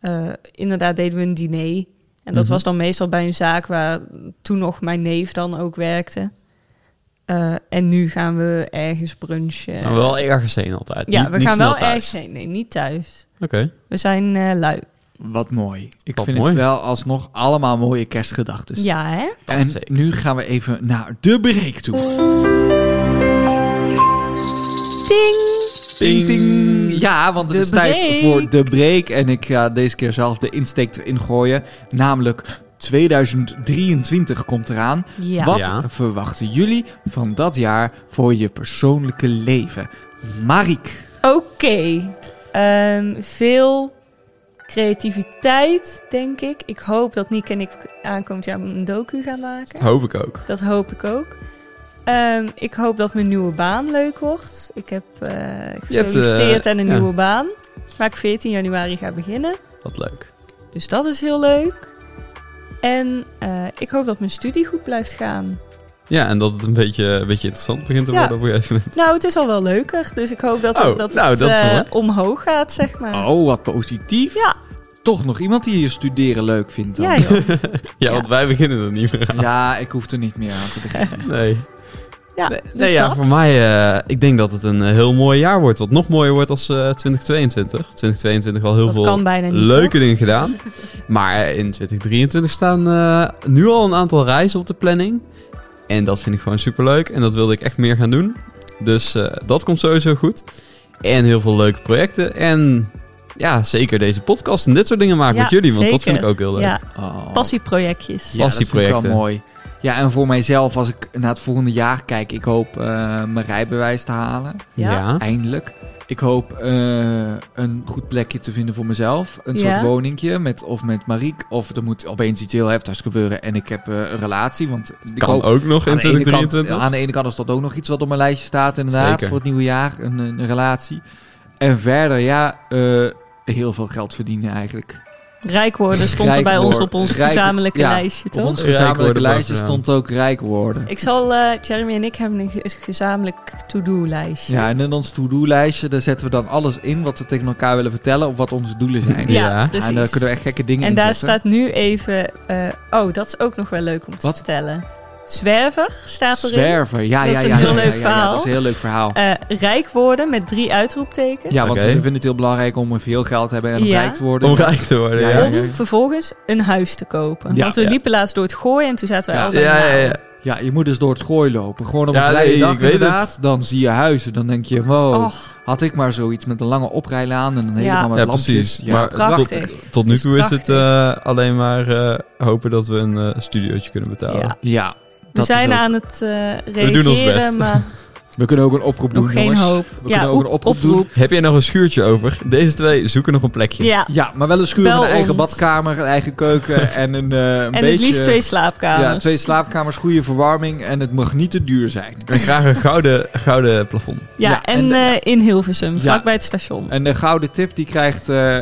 S3: eh, inderdaad deden we een diner. En dat
S2: Mhm.
S3: was dan meestal bij een zaak waar toen nog mijn neef dan ook werkte. Eh, en nu gaan we ergens brunchen.
S2: Maar Nou, wel ergens heen altijd.
S3: ja,
S2: Niet-
S3: we
S2: niet
S3: gaan
S2: snel
S3: wel
S2: thuis.
S3: ergens heen. Nee, niet thuis.
S2: Oké.
S3: We zijn eh, lui.
S1: Wat mooi. Ik
S2: Wat
S1: vind
S2: mooi.
S1: het wel alsnog allemaal mooie kerstgedachten.
S3: Ja, hè?
S2: dat
S1: en
S2: zeker.
S1: nu gaan we even naar de break toe.
S3: Ding!
S1: Ting, ting. Ja, want het
S3: De
S1: is tijd
S3: break.
S1: voor de break. En ik ga deze keer zelf de insteek erin gooien. Namelijk 2023 komt eraan.
S3: Ja.
S1: Wat
S2: Ja.
S1: verwachten jullie van dat jaar voor je persoonlijke leven? Mariek.
S3: Oké. Ehm, veel creativiteit, denk ik. Ik hoop dat Nick en ik aankomend jaar een docu gaan maken.
S2: Dat hoop ik ook.
S3: Dat hoop ik ook. Ehm, ik hoop dat mijn nieuwe baan leuk wordt. Ik heb eh, gesolliciteerd aan een
S2: eh, ja.
S3: nieuwe baan. Waar ik 14 januari ga beginnen.
S2: Wat leuk.
S3: Dus dat is heel leuk. En eh, ik hoop dat mijn studie goed blijft gaan.
S2: Ja, en dat het een beetje, een beetje interessant begint te
S3: Ja.
S2: worden op een gegeven moment.
S3: Nou, het is al wel leuker. Dus ik hoop dat,
S2: Oh,
S3: dat
S2: nou,
S3: het
S2: dat is
S3: eh,
S2: mooi.
S3: omhoog gaat, zeg maar.
S1: Oh, wat positief.
S3: Ja.
S1: Toch nog iemand die hier studeren leuk vindt dan.
S3: Ja, joh.
S2: Ja,
S3: Ja.
S2: want wij beginnen er niet meer aan.
S1: Ja, ik hoef er niet meer aan te beginnen.
S2: Nee.
S3: Ja,
S2: nee,
S3: dus
S2: nee, ja,
S3: dat.
S2: voor mij, eh, ik denk dat het een eh, heel mooi jaar wordt. Wat nog mooier wordt als eh, 2022. 2022 al heel
S3: Dat
S2: veel
S3: kan bijna niet.
S2: leuke
S3: toch?
S2: dingen gedaan. Maar in 2023 staan eh, nu al een aantal reizen op de planning. En dat vind ik gewoon superleuk. En dat wilde ik echt meer gaan doen. Dus eh, dat komt sowieso goed. En heel veel leuke projecten. En ja, zeker deze podcast en dit soort dingen maken
S3: Ja,
S2: met jullie. Want dat
S3: zeker.
S2: vind ik ook heel leuk.
S3: Ja,
S1: Oh.
S3: passieprojectjes.
S1: Ja, dat vind ik wel
S2: Passieprojecten.
S1: mooi. Ja, en voor mijzelf, als ik naar het volgende jaar kijk, ik hoop eh, mijn rijbewijs te halen.
S3: Ja.
S2: Ja.
S1: Eindelijk. Ik hoop eh, een goed plekje te vinden voor mezelf. Een soort
S3: Ja.
S1: woningje, met, of met Mariek. Of er moet opeens iets heel heftigs gebeuren en ik heb eh, een relatie. Want ik
S2: Kan
S1: hoop,
S2: ook nog in
S1: aan de ene kant-
S2: 2023.
S1: aan de ene kant is dat ook nog iets wat op mijn lijstje staat, inderdaad.
S2: Zeker.
S1: Voor het nieuwe jaar, een, een relatie. En verder, ja, eh, heel veel geld verdienen eigenlijk.
S3: Rijk worden stond er bij ons
S1: Rijk
S3: op ons
S1: worden.
S3: gezamenlijke
S1: Rijk- ja,
S3: lijstje,
S1: Op
S3: toch?
S1: ons
S2: Rijk
S1: gezamenlijke
S2: worden
S1: lijstje
S2: bovenaan.
S1: stond ook rijk worden.
S3: Ik zal, eh Jeremy en ik hebben een ge- gezamenlijk to-do-lijstje.
S1: Ja, en in ons to-do-lijstje, daar zetten we dan alles in wat we tegen elkaar willen vertellen of wat onze doelen zijn.
S2: Ja, En
S3: precies.
S1: En daar kunnen we echt gekke dingen
S3: en
S1: in
S3: daar
S1: zetten.
S3: staat nu even... eh, oh, dat is ook nog wel leuk om te
S1: Wat?
S3: vertellen. Zwerver staat erin.
S1: Zwerver, ja,
S3: Dat
S1: ja,
S3: is
S1: ja,
S3: een
S1: ja,
S3: heel
S1: ja,
S3: leuk
S1: ja, ja,
S3: verhaal.
S1: dat is een heel leuk verhaal.
S3: Eh, rijk worden met drie uitroeptekens.
S1: ja, want
S2: Oké.
S1: ze vinden het heel belangrijk om veel geld te hebben en om
S3: Ja.
S1: rijk te worden.
S2: Om rijk te worden,
S1: Ja,
S2: ja.
S1: ja.
S3: Om vervolgens een huis te kopen.
S1: Ja,
S3: Want we
S1: ja.
S3: liepen laatst door het gooien en toen zaten wij
S1: Ja.
S2: Ja, ja,
S3: allebei... nou,
S2: ja.
S1: Ja, je moet dus door het gooi lopen. Gewoon op een
S2: Ja,
S1: vrije
S2: nee,
S1: dag
S2: ik weet
S1: inderdaad. Dan zie je huizen. Dan denk je,
S2: Oh.
S1: wow,
S3: och,
S1: had ik maar zoiets met een lange oprijlaan en een hele
S3: Oh. Ja.
S1: allemaal
S2: Ja,
S1: lampjes.
S2: precies.
S1: Ja.
S2: Maar
S3: prachtig.
S2: tot, tot nu
S3: Het is
S2: toe is het
S3: prachtig.
S2: eh, alleen maar eh, hopen dat we een eh, studiootje kunnen betalen.
S3: Ja.
S1: Ja,
S3: We
S1: dat is
S3: zijn
S1: ook-
S3: aan het eh reageren,
S2: doen ons best.
S3: maar
S1: We kunnen ook een oproep doen,
S3: nog geen
S1: jongens.
S3: hoop.
S1: We kunnen ook
S3: oep-
S1: een oproep doen.
S2: Heb jij nog een schuurtje over? Deze twee zoeken nog een plekje.
S3: Ja,
S1: Ja, maar wel een schuur
S3: Bel
S1: met een eigen
S3: ons.
S1: badkamer, een eigen keuken en een, eh, een
S3: en
S1: beetje...
S3: het liefst twee slaapkamers.
S1: Ja, twee slaapkamers, goede verwarming en het mag niet te duur zijn.
S2: En graag een gouden, gouden plafond.
S3: Ja,
S1: Ja,
S3: en,
S1: en de-
S3: eh, in Hilversum, vlakbij het station.
S1: En de gouden tip, die krijgt eh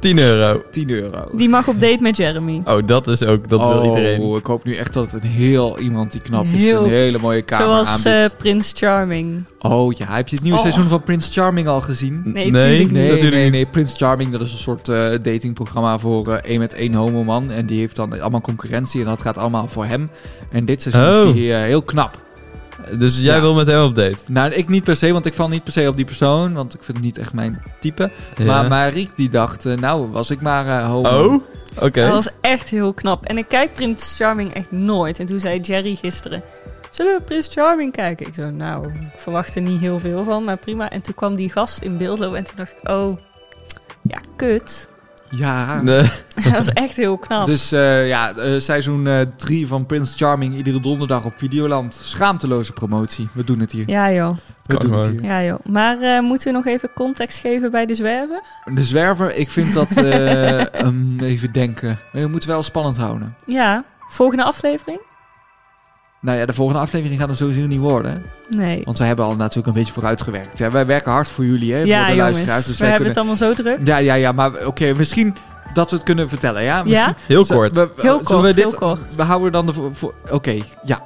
S2: 10 euro.
S1: 10 euro.
S3: Die mag op date met Jeremy.
S2: Oh, dat is ook, dat wil
S1: Oh,
S2: iedereen.
S1: ik hoop nu echt dat het een heel iemand die knap is,
S3: Heel-
S1: een hele mooie kamer
S3: Zoals eh,
S1: aanbiedt.
S3: Prins Charming.
S1: oh ja, heb je het nieuwe
S3: Oh.
S1: seizoen van Prince Charming al gezien?
S3: Nee, tuurlijk niet.
S1: Nee, nee,
S2: natuurlijk
S1: nee,
S2: niet.
S1: Prince Charming, dat is een soort eh, datingprogramma voor eh, één met één homoman. En die heeft dan allemaal concurrentie en dat gaat allemaal voor hem. En dit seizoen
S2: Oh.
S1: is hij eh, heel knap.
S2: Dus jij
S1: Ja.
S2: wil met hem op date?
S1: Nou, ik niet per se, want ik val niet per se op die persoon. Want ik vind het niet echt mijn type. Maar
S2: Ja.
S1: Mariek die dacht, eh, nou was ik maar eh homo.
S2: Oh, oké.
S3: Dat was echt heel knap. En ik kijk Prins Charming echt nooit. En toen zei Jerry gisteren... Zullen we Prins Charming kijken? Ik zo, nou, ik verwacht er niet heel veel van, maar prima. En toen kwam die gast in Beeldlo en toen dacht ik, oh, ja, kut.
S1: Ja,
S2: Nee.
S3: dat is echt heel knap.
S1: dus eh, ja, eh, seizoen 3 van Prince Charming iedere donderdag op Videoland. Schaamteloze promotie. We doen het hier.
S3: Ja joh,
S1: We
S2: Kan
S1: doen het
S2: gewoon.
S1: hier.
S3: ja joh. Maar eh, moeten we nog even context geven bij de zwerver?
S1: De zwerver, ik vind dat... eh, ehm, even denken. We moeten wel spannend houden.
S3: Ja, volgende aflevering?
S1: Nou ja, de volgende aflevering gaat er sowieso niet worden. hè?
S3: Nee.
S1: Want we hebben al natuurlijk een beetje vooruitgewerkt. Hè? Wij werken hard voor jullie, hè? voor de
S3: Ja
S1: luisteraars.
S3: jongens,
S1: Dus
S3: we
S1: wij
S3: hebben
S1: kunnen...
S3: het allemaal zo druk.
S1: Ja, ja, ja. Maar oké, misschien dat we het kunnen vertellen, ja? Misschien-
S3: Ja?
S2: Heel kort.
S1: We, we-
S3: Heel
S1: zullen
S3: kort,
S1: we dit,
S3: heel kort.
S1: We houden dan de... vo- vo- Oké, ja.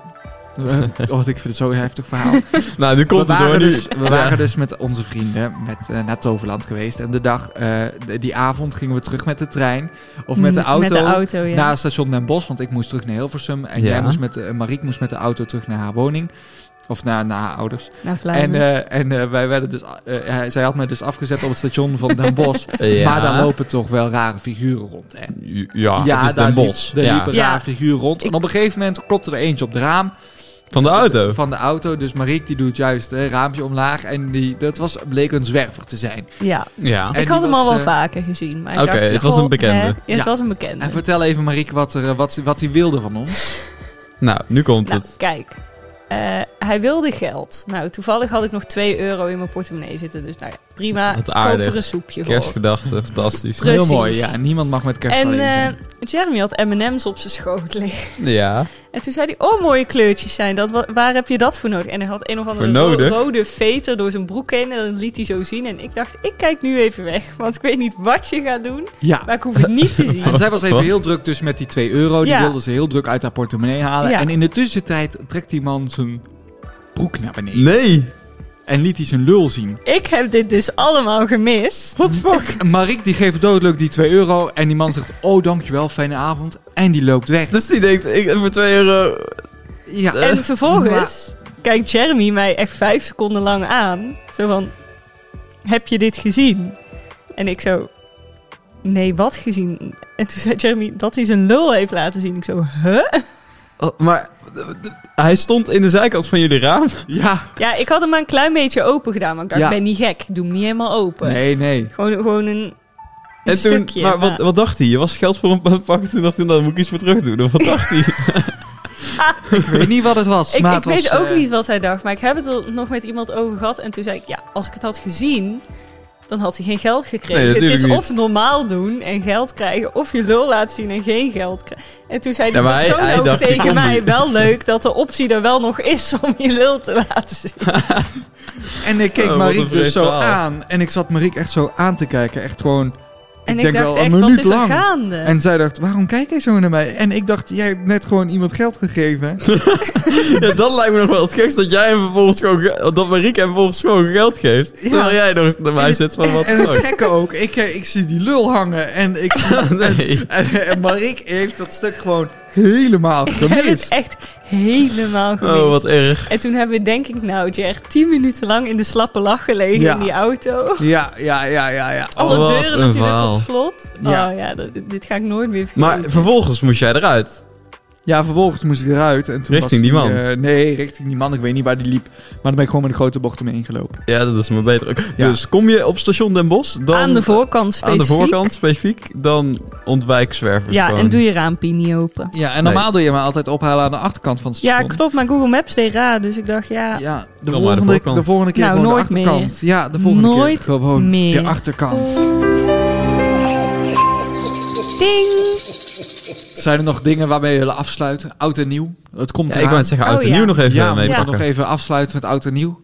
S1: Eh, oh, ik vind het zo'n heftig verhaal.
S2: Nou, nu komt
S1: we
S2: het
S1: waren,
S2: hoor. nu.
S1: dus, we waren dus met onze vrienden met, eh, naar Toverland geweest. En de dag, eh, de- die avond gingen we terug met de trein. Of met de
S3: Mm,
S1: auto. Nou,
S3: Met de auto, ja.
S1: Naar station Den Bosch, want ik moest terug naar Hilversum. En
S2: Ja.
S1: jij moest met, de- en Mariek moest met de auto terug naar haar woning. Of naar, naar haar ouders.
S3: Naar
S1: En,
S3: Vlaanderen.
S1: eh, en eh, wij werden dus, eh, hij- zij had mij dus afgezet op het station van Den Bosch.
S2: Ja.
S1: Maar daar lopen toch wel rare figuren rond, hè?
S2: Ja, het is
S1: daar
S2: Den
S1: liep-
S2: Bosch.
S1: daar
S2: Ja.
S1: liepen
S3: Ja.
S1: rare figuren rond. En op een gegeven moment klopte er eentje op het raam
S2: Van de auto.
S1: van de auto. Dus Mariek die doet juist hè, raampje omlaag. En die, dat was, bleek een zwerver te zijn.
S3: ja.
S2: Ja.
S1: eh, en
S3: Ik had
S1: die
S3: hem
S1: was,
S3: al wel
S1: eh,
S3: vaker gezien. maar ik
S2: Oké,
S3: dacht,
S2: het was een
S3: goh,
S2: bekende.
S3: hè? Ja,
S1: Ja.
S3: het was een bekende.
S1: En vertel even Mariek wat hij wat, ze- wat die wilde van ons.
S2: Nou, nu komt
S3: Nou,
S2: het.
S3: kijk. Eh, hij wilde geld. Nou, toevallig had ik nog 2 euro in mijn portemonnee zitten. Dus nou ja, prima.
S2: Wat aardig.
S3: Koper een soepje voor.
S2: Kerstgedachte, fantastisch.
S3: Precies.
S1: Heel mooi, ja. Niemand mag met kerst
S3: En
S1: alleen zijn.
S3: eh, Jeremy had M&M's op zijn schoot liggen.
S2: Ja.
S3: En toen zei hij, oh mooie kleurtjes zijn dat. Wa- Waar heb je dat voor nodig? En hij had een of andere
S2: Voor nodig?
S3: ro- rode veter door zijn broek heen. En dat liet hij zo zien. En ik dacht, ik kijk nu even weg. Want ik weet niet wat je gaat doen.
S1: ja.
S3: Maar ik hoef het niet te zien.
S1: Want zij was even
S2: Wat?
S1: heel druk dus met die 2 euro. Die
S3: Ja.
S1: wilde ze heel druk uit haar portemonnee halen.
S3: Ja.
S1: En in de tussentijd trekt die man zijn broek naar beneden.
S2: Nee.
S1: En liet hij zijn lul zien.
S3: Ik heb dit dus allemaal gemist.
S1: What the fuck? Mariek die geeft doodleuk die 2 euro. En die man zegt, oh dankjewel, fijne avond. En die loopt weg.
S2: Dus die denkt, ik heb voor 2 euro.
S1: Ja.
S2: Eh,
S3: En vervolgens kijkt Jeremy mij echt vijf seconden lang aan. Zo van, heb je dit gezien? En ik zo, nee, wat gezien? En toen zei Jeremy dat hij zijn lul heeft laten zien. Ik zo, huh?
S2: Oh, Maar d- d- hij stond in de zijkant van jullie raam.
S1: Ja.
S3: Ja, ik had hem maar een klein beetje open gedaan. Maar ik dacht,
S1: Ja.
S3: ik ben niet gek. Ik doe hem niet helemaal open.
S1: Nee, nee.
S3: Gewoon, gewoon een, een
S2: En toen,
S3: stukje.
S2: maar wat, wat dacht hij? Je was geld voor hem aan het pakken. Toen dacht hij, nou, daar moet ik iets voor terug doen. Of wat dacht hij?
S1: Ik weet niet wat het was.
S3: ik,
S1: maar
S3: ik
S1: het was,
S3: weet ook
S1: eh,
S3: niet wat hij dacht. Maar ik heb het er nog met iemand over gehad. En toen zei ik, ja, als ik het had gezien... Dan had hij geen geld gekregen.
S2: Nee,
S3: het
S2: natuurlijk
S3: is
S2: niet.
S3: of normaal doen en geld krijgen, of je lul laten zien en geen geld krijgen. En toen zei de
S2: Ja, maar hij-
S3: persoon
S2: hij
S3: ook
S2: dacht, die
S3: tegen
S2: combi.
S3: mij: wel leuk dat de optie er wel nog is om je lul te laten zien.
S1: En ik keek
S2: Oh, wat een
S1: Mariek
S2: vreemd
S1: dus zo
S2: verhaal.
S1: aan. En ik zat Mariek echt zo aan te kijken. Echt gewoon,
S3: En ik,
S1: denk
S3: dacht
S1: wel een
S3: echt, wat
S1: minuut
S3: is er
S1: lang.
S3: gaande?
S1: En zij dacht, waarom kijk jij zo naar mij? En ik dacht, jij hebt net gewoon iemand geld gegeven.
S2: Ja, dat lijkt me nog wel het gekst dat jij hem vervolgens gewoon... ge- Dat Marieke hem vervolgens gewoon geld geeft. Terwijl jij nog naar mij zit van, wat
S1: En
S2: dan
S1: het
S2: ook.
S1: gekke ook, ik, eh, ik zie die lul hangen. En, ik zie-
S2: Nee.
S1: en, eh, en Mariek heeft dat stuk gewoon helemaal
S3: ik heb het
S1: gemist.
S3: echt helemaal gemist.
S2: Oh, wat erg.
S3: En toen hebben we denk ik nou, Jer, tien minuten lang in de slappe lach gelegen
S1: Ja.
S3: in die auto.
S1: Ja, ja, ja, ja, ja.
S3: Alle
S2: Oh, wat
S3: deuren
S2: een
S3: natuurlijk
S2: verhaal.
S3: op slot.
S1: Ja.
S3: Oh ja, dat- dit ga ik nooit meer vergeten.
S2: Maar vervolgens moest jij eruit.
S1: Ja, vervolgens moest ik eruit. En toen was
S2: Richting die man.
S1: eh, nee, richting die man. Ik weet niet waar die liep. Maar dan ben ik gewoon met een grote bocht omheen gelopen.
S2: Ja, dat is maar beter ook.
S1: Ja.
S2: Dus kom je op station Den Bosch, dan...
S3: aan de voorkant
S2: aan de
S3: specifiek.
S2: voorkant specifiek, dan ontwijk zwervers
S3: Ja,
S2: gewoon.
S3: en doe je raampje niet open.
S1: Ja, en
S2: Nee.
S1: normaal doe je me altijd ophalen aan de achterkant van het
S3: Ja,
S1: station.
S3: klopt, maar Google Maps deed raar, dus ik dacht ja,
S1: Ja, de,
S2: Wel maar de
S1: volgende, de,
S2: voorkant.
S1: volgende keer
S3: Nou,
S1: gewoon
S3: nooit
S1: de
S3: meer.
S1: achterkant. Ja, de volgende
S3: Nooit
S1: keer gewoon
S3: meer.
S1: de achterkant.
S3: ding.
S1: Zijn er nog dingen waarmee je willen afsluiten? Oud en nieuw? Het komt
S2: Ja,
S1: eraan.
S2: ik wou het zeggen, oud
S3: Oh,
S2: en
S3: ja.
S2: nieuw nog even
S1: Ja, we
S2: mee
S1: moeten
S2: pakken.
S1: nog even afsluiten met oud en nieuw.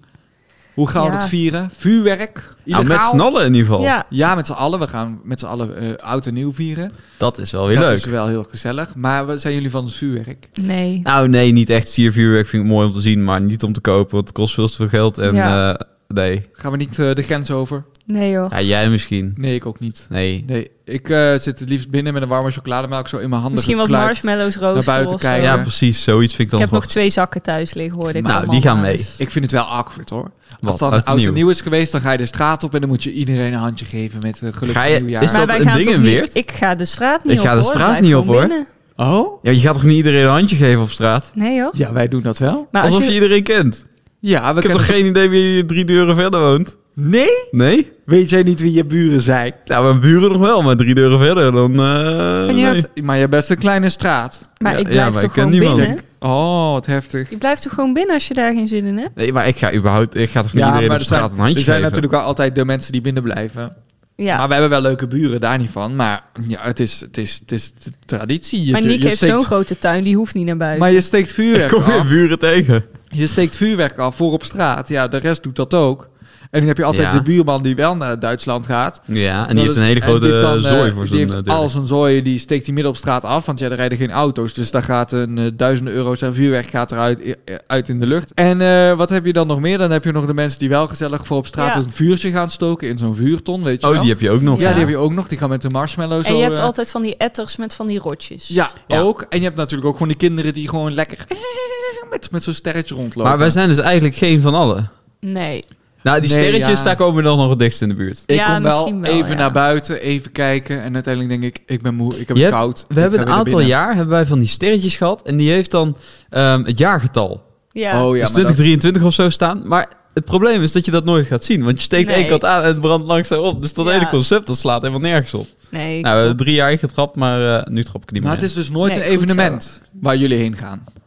S1: Hoe gaan we
S3: Ja.
S1: dat vieren? Vuurwerk?
S2: Nou,
S1: Illegaal?
S2: met z'n allen in ieder geval.
S3: Ja,
S1: Ja, met z'n allen. We gaan met z'n allen eh, oud en nieuw vieren.
S2: Dat is wel weer
S1: dat
S2: leuk.
S1: is wel heel gezellig. Maar wat zijn jullie van het vuurwerk?
S3: nee.
S2: Nou, nee, niet echt. Vier vuurwerk vind ik mooi om te zien, maar niet om te kopen, want het kost veel te veel geld. En
S3: Ja.
S2: eh, nee,
S1: Gaan we niet eh, de grens over?
S3: Nee joh.
S2: ja, jij misschien.
S1: Nee, ik ook niet.
S2: Nee.
S1: Nee, ik eh, zit het liefst binnen met een warme chocolademelk zo in mijn handen
S3: Misschien wat
S1: gekluid.
S3: marshmallows
S1: naar
S3: roosteren
S1: buiten
S3: of zo.
S1: kijken.
S2: Ja, precies. Zoiets vind ik
S3: Ik
S2: dan
S3: heb nog
S2: wel-
S3: twee zakken thuis liggen, hoorde ik
S2: Nou,
S3: van
S2: die gaan
S3: mama,
S2: mee.
S3: dus-
S1: Ik vind het wel awkward hoor.
S2: Wat,
S1: Als dan
S2: oud en
S1: oud en
S2: nieuw?
S1: nieuw is geweest, dan ga je de straat op en dan moet je iedereen een handje geven met eh, gelukkig
S2: Ga je-
S1: nieuwjaar.
S2: is dat-
S3: Maar wij
S2: een
S3: gaan
S2: ding
S3: toch
S2: in
S3: niet-
S2: Weert?
S3: Ik ga de straat niet
S2: Ik
S3: op
S2: ga de
S3: hoor.
S2: straat
S3: Blijf
S2: niet op,
S3: gewoon
S2: hoor.
S3: binnen.
S1: Oké, Oh?
S2: Ja, je gaat toch niet iedereen een handje geven op straat?
S3: Nee joh.
S1: Ja, wij doen dat wel.
S3: Maar als
S2: Alsof je...
S3: je,
S2: iedereen kent.
S1: Ja, we
S2: Ik heb toch
S1: kennen-
S2: geen idee wie drie deuren verder woont?
S1: Nee?
S2: Nee?
S1: Weet jij niet wie je buren zijn?
S2: Nou, mijn buren nog wel, maar drie deuren verder dan... eh,
S1: En je
S2: nee.
S1: hebt, maar je hebt best een kleine straat.
S3: maar
S2: Ja,
S3: ik
S2: ja,
S3: blijf
S2: maar ik
S3: toch
S2: ken
S3: gewoon
S2: niemand.
S3: binnen.
S1: Oh, wat heftig.
S3: Je blijft toch gewoon binnen als je daar geen zin in hebt?
S2: Nee, maar ik ga überhaupt... Ik ga toch niet iedereen op
S1: er
S2: straat
S1: zijn,
S2: een handje
S1: er zijn
S2: geven?
S1: natuurlijk wel altijd de mensen die binnen blijven.
S3: Ja.
S1: Maar we hebben wel leuke buren, daar niet van. Maar ja, het is, het is, het is de traditie. Je,
S3: maar
S1: je-
S3: Nick
S1: je
S3: heeft
S1: steekt-
S3: zo'n grote tuin, die hoeft niet naar buiten.
S1: Maar je steekt
S2: Ik
S1: vuurwerk
S2: kom
S1: af.
S2: weer buren tegen.
S1: Je steekt vuurwerk af voor op straat. Ja, de rest doet dat ook. En dan heb je altijd
S2: Ja.
S1: de buurman die wel naar Duitsland gaat.
S2: Ja, en
S1: Nou, Dat
S2: die heeft
S1: is-
S2: een hele
S1: en die
S2: grote
S1: heeft dan, eh,
S2: zooi voor
S1: Die
S2: zijn
S1: heeft
S2: deur.
S1: al zijn zooi, die steekt hij midden op straat af. Want ja, er rijden geen auto's. Dus daar gaat een eh, duizenden euro's aan vuurwerk gaat eruit eh, uit in de lucht. En eh, wat heb je dan nog meer? Dan heb je nog de mensen die wel gezellig voor op straat
S3: Ja.
S1: een vuurtje gaan stoken in zo'n vuurton, weet je
S2: Oh,
S1: wel.
S2: die heb je ook nog.
S1: ja,
S3: Ja.
S1: die heb je ook nog. Die gaan met de marshmallows
S3: en
S1: zo,
S3: je hebt
S1: eh,
S3: altijd van die etters met van die rotjes.
S1: Ja,
S2: Ja.
S1: ook. En je hebt natuurlijk ook gewoon die kinderen die gewoon lekker met, met zo'n sterretje rondlopen.
S2: Maar wij zijn dus eigenlijk geen van allen.
S3: Nee.
S2: Nou, die
S1: Nee,
S2: sterretjes,
S1: ja.
S2: daar komen we dan nog het dichtst in de buurt.
S1: Ik
S3: Ja,
S1: kom wel,
S3: misschien wel,
S1: even
S3: ja.
S1: naar buiten, even kijken. En uiteindelijk denk ik, ik ben moe, ik heb
S2: Je
S1: het
S2: hebt-
S1: koud.
S2: we hebben
S1: ik
S2: een
S1: ga weer naar
S2: aantal
S1: binnen.
S2: jaar hebben wij van die sterretjes gehad. En die heeft dan ehm, het jaargetal.
S3: Ja.
S1: Oh ja,
S2: dus
S1: maar dat-
S2: 2023 of zo staan. Maar het probleem is dat je dat nooit gaat zien. Want je steekt
S3: Nee.
S2: één kant aan en het brandt langzaam op. Dus dat
S3: Ja.
S2: hele concept dat slaat helemaal nergens op.
S3: Nee.
S2: nou, we hebben
S3: klopt.
S2: drie jaar getrapt, maar eh, nu trap ik er niet
S1: Maar
S2: meer
S1: het is dus nooit
S3: Nee,
S1: een
S3: goed
S1: evenement waar jullie heen gaan.
S2: in.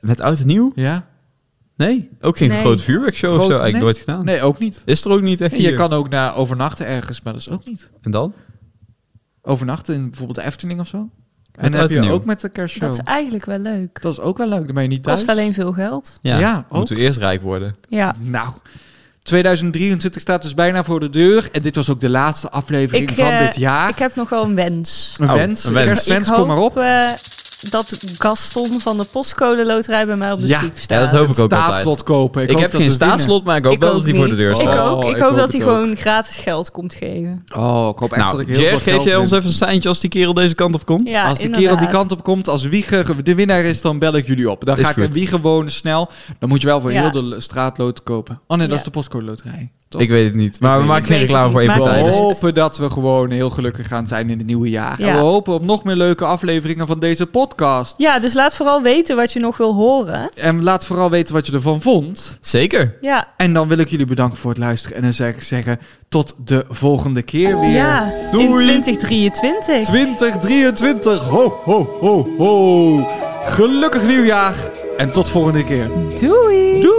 S2: Met oud en nieuw?
S1: Ja?
S2: Nee. Ook geen
S3: Nee.
S2: groot vuurwerkshow of
S1: Groot-
S2: zo. Eigenlijk
S1: nee.
S2: nooit gedaan.
S1: Nee, ook niet.
S2: Is er ook niet echt
S1: En je
S2: hier.
S1: kan ook naar overnachten ergens, maar dat is ook niet.
S2: En dan?
S1: Overnachten in bijvoorbeeld de Efteling of zo. En dan
S2: Met
S1: heb
S2: oud en
S1: je
S2: nieuw.
S1: ook met de kerstshow.
S3: Dat is eigenlijk wel leuk.
S1: Dat is ook wel leuk, dan ben je niet thuis.
S3: Kost alleen veel geld.
S2: Ja,
S1: Ja, ook.
S2: moeten we eerst rijk worden.
S3: Ja.
S1: Nou, 2023 staat dus bijna voor de deur. En dit was ook de laatste aflevering van
S3: eh,
S1: dit jaar.
S3: Ik heb nog wel een wens.
S1: Een
S2: Oh,
S1: wens,
S2: een wens.
S1: kerstwens,
S3: ik hoop,
S1: kom maar op.
S3: eh, dat Gaston van de postcode loterij bij mij op de
S1: Ja,
S3: stoep staat.
S2: Ja, dat hoop ik ook altijd.
S1: Staatslot kopen. Ik,
S2: Ik,
S1: hoop
S2: heb
S1: dat
S2: geen
S1: we winnen.
S2: staatslot, maar ik hoop
S3: Ik
S2: wel
S3: ook
S2: dat hij voor de
S3: niet.
S2: deur
S3: Ik
S2: staat.
S3: ook.
S1: Oh,
S3: ik,
S1: ik
S3: hoop
S1: hoop
S3: dat
S1: het
S3: hij
S1: ook.
S3: gewoon gratis geld komt geven.
S1: Oh, ik hoop echt dat
S2: Nou,
S1: ik heel
S2: Jer,
S1: veel
S2: geef
S1: geld
S2: jij ons
S1: win.
S2: even een seintje als die kerel deze kant op komt?
S3: Ja,
S1: als die
S3: inderdaad.
S1: kerel die kant op komt, als Wieger de winnaar is, dan bel ik jullie op. Dan
S2: Is
S1: ga ik een
S2: goed.
S1: Wieger wonen snel. Dan moet je wel voor
S3: Ja.
S1: heel de l- straatlood kopen. Oh nee, dat
S3: Ja.
S1: is de postcode loterij. Toch?
S2: Ik weet het niet. Maar we
S1: weet-
S2: maken
S3: ik
S2: geen
S3: weet
S2: reclame
S3: het
S2: voor
S3: niet,
S2: één
S1: we
S3: maar-
S2: partij. dus-
S3: Oh.
S1: hopen dat we gewoon heel gelukkig gaan zijn in het nieuwe jaar.
S3: Ja.
S1: En we hopen op nog meer leuke afleveringen van deze podcast.
S3: Ja, dus laat vooral weten wat je nog wil horen.
S1: En laat vooral weten wat je ervan vond.
S2: Zeker.
S3: Ja.
S1: En dan wil ik jullie bedanken voor het luisteren. En dan zeg ik zeggen tot de volgende keer weer.
S3: Ja, in
S1: Doei.
S3: 2023.
S1: 2023. Ho, ho, ho, ho. Gelukkig nieuwjaar. En tot volgende keer.
S3: Doei.
S1: Doei.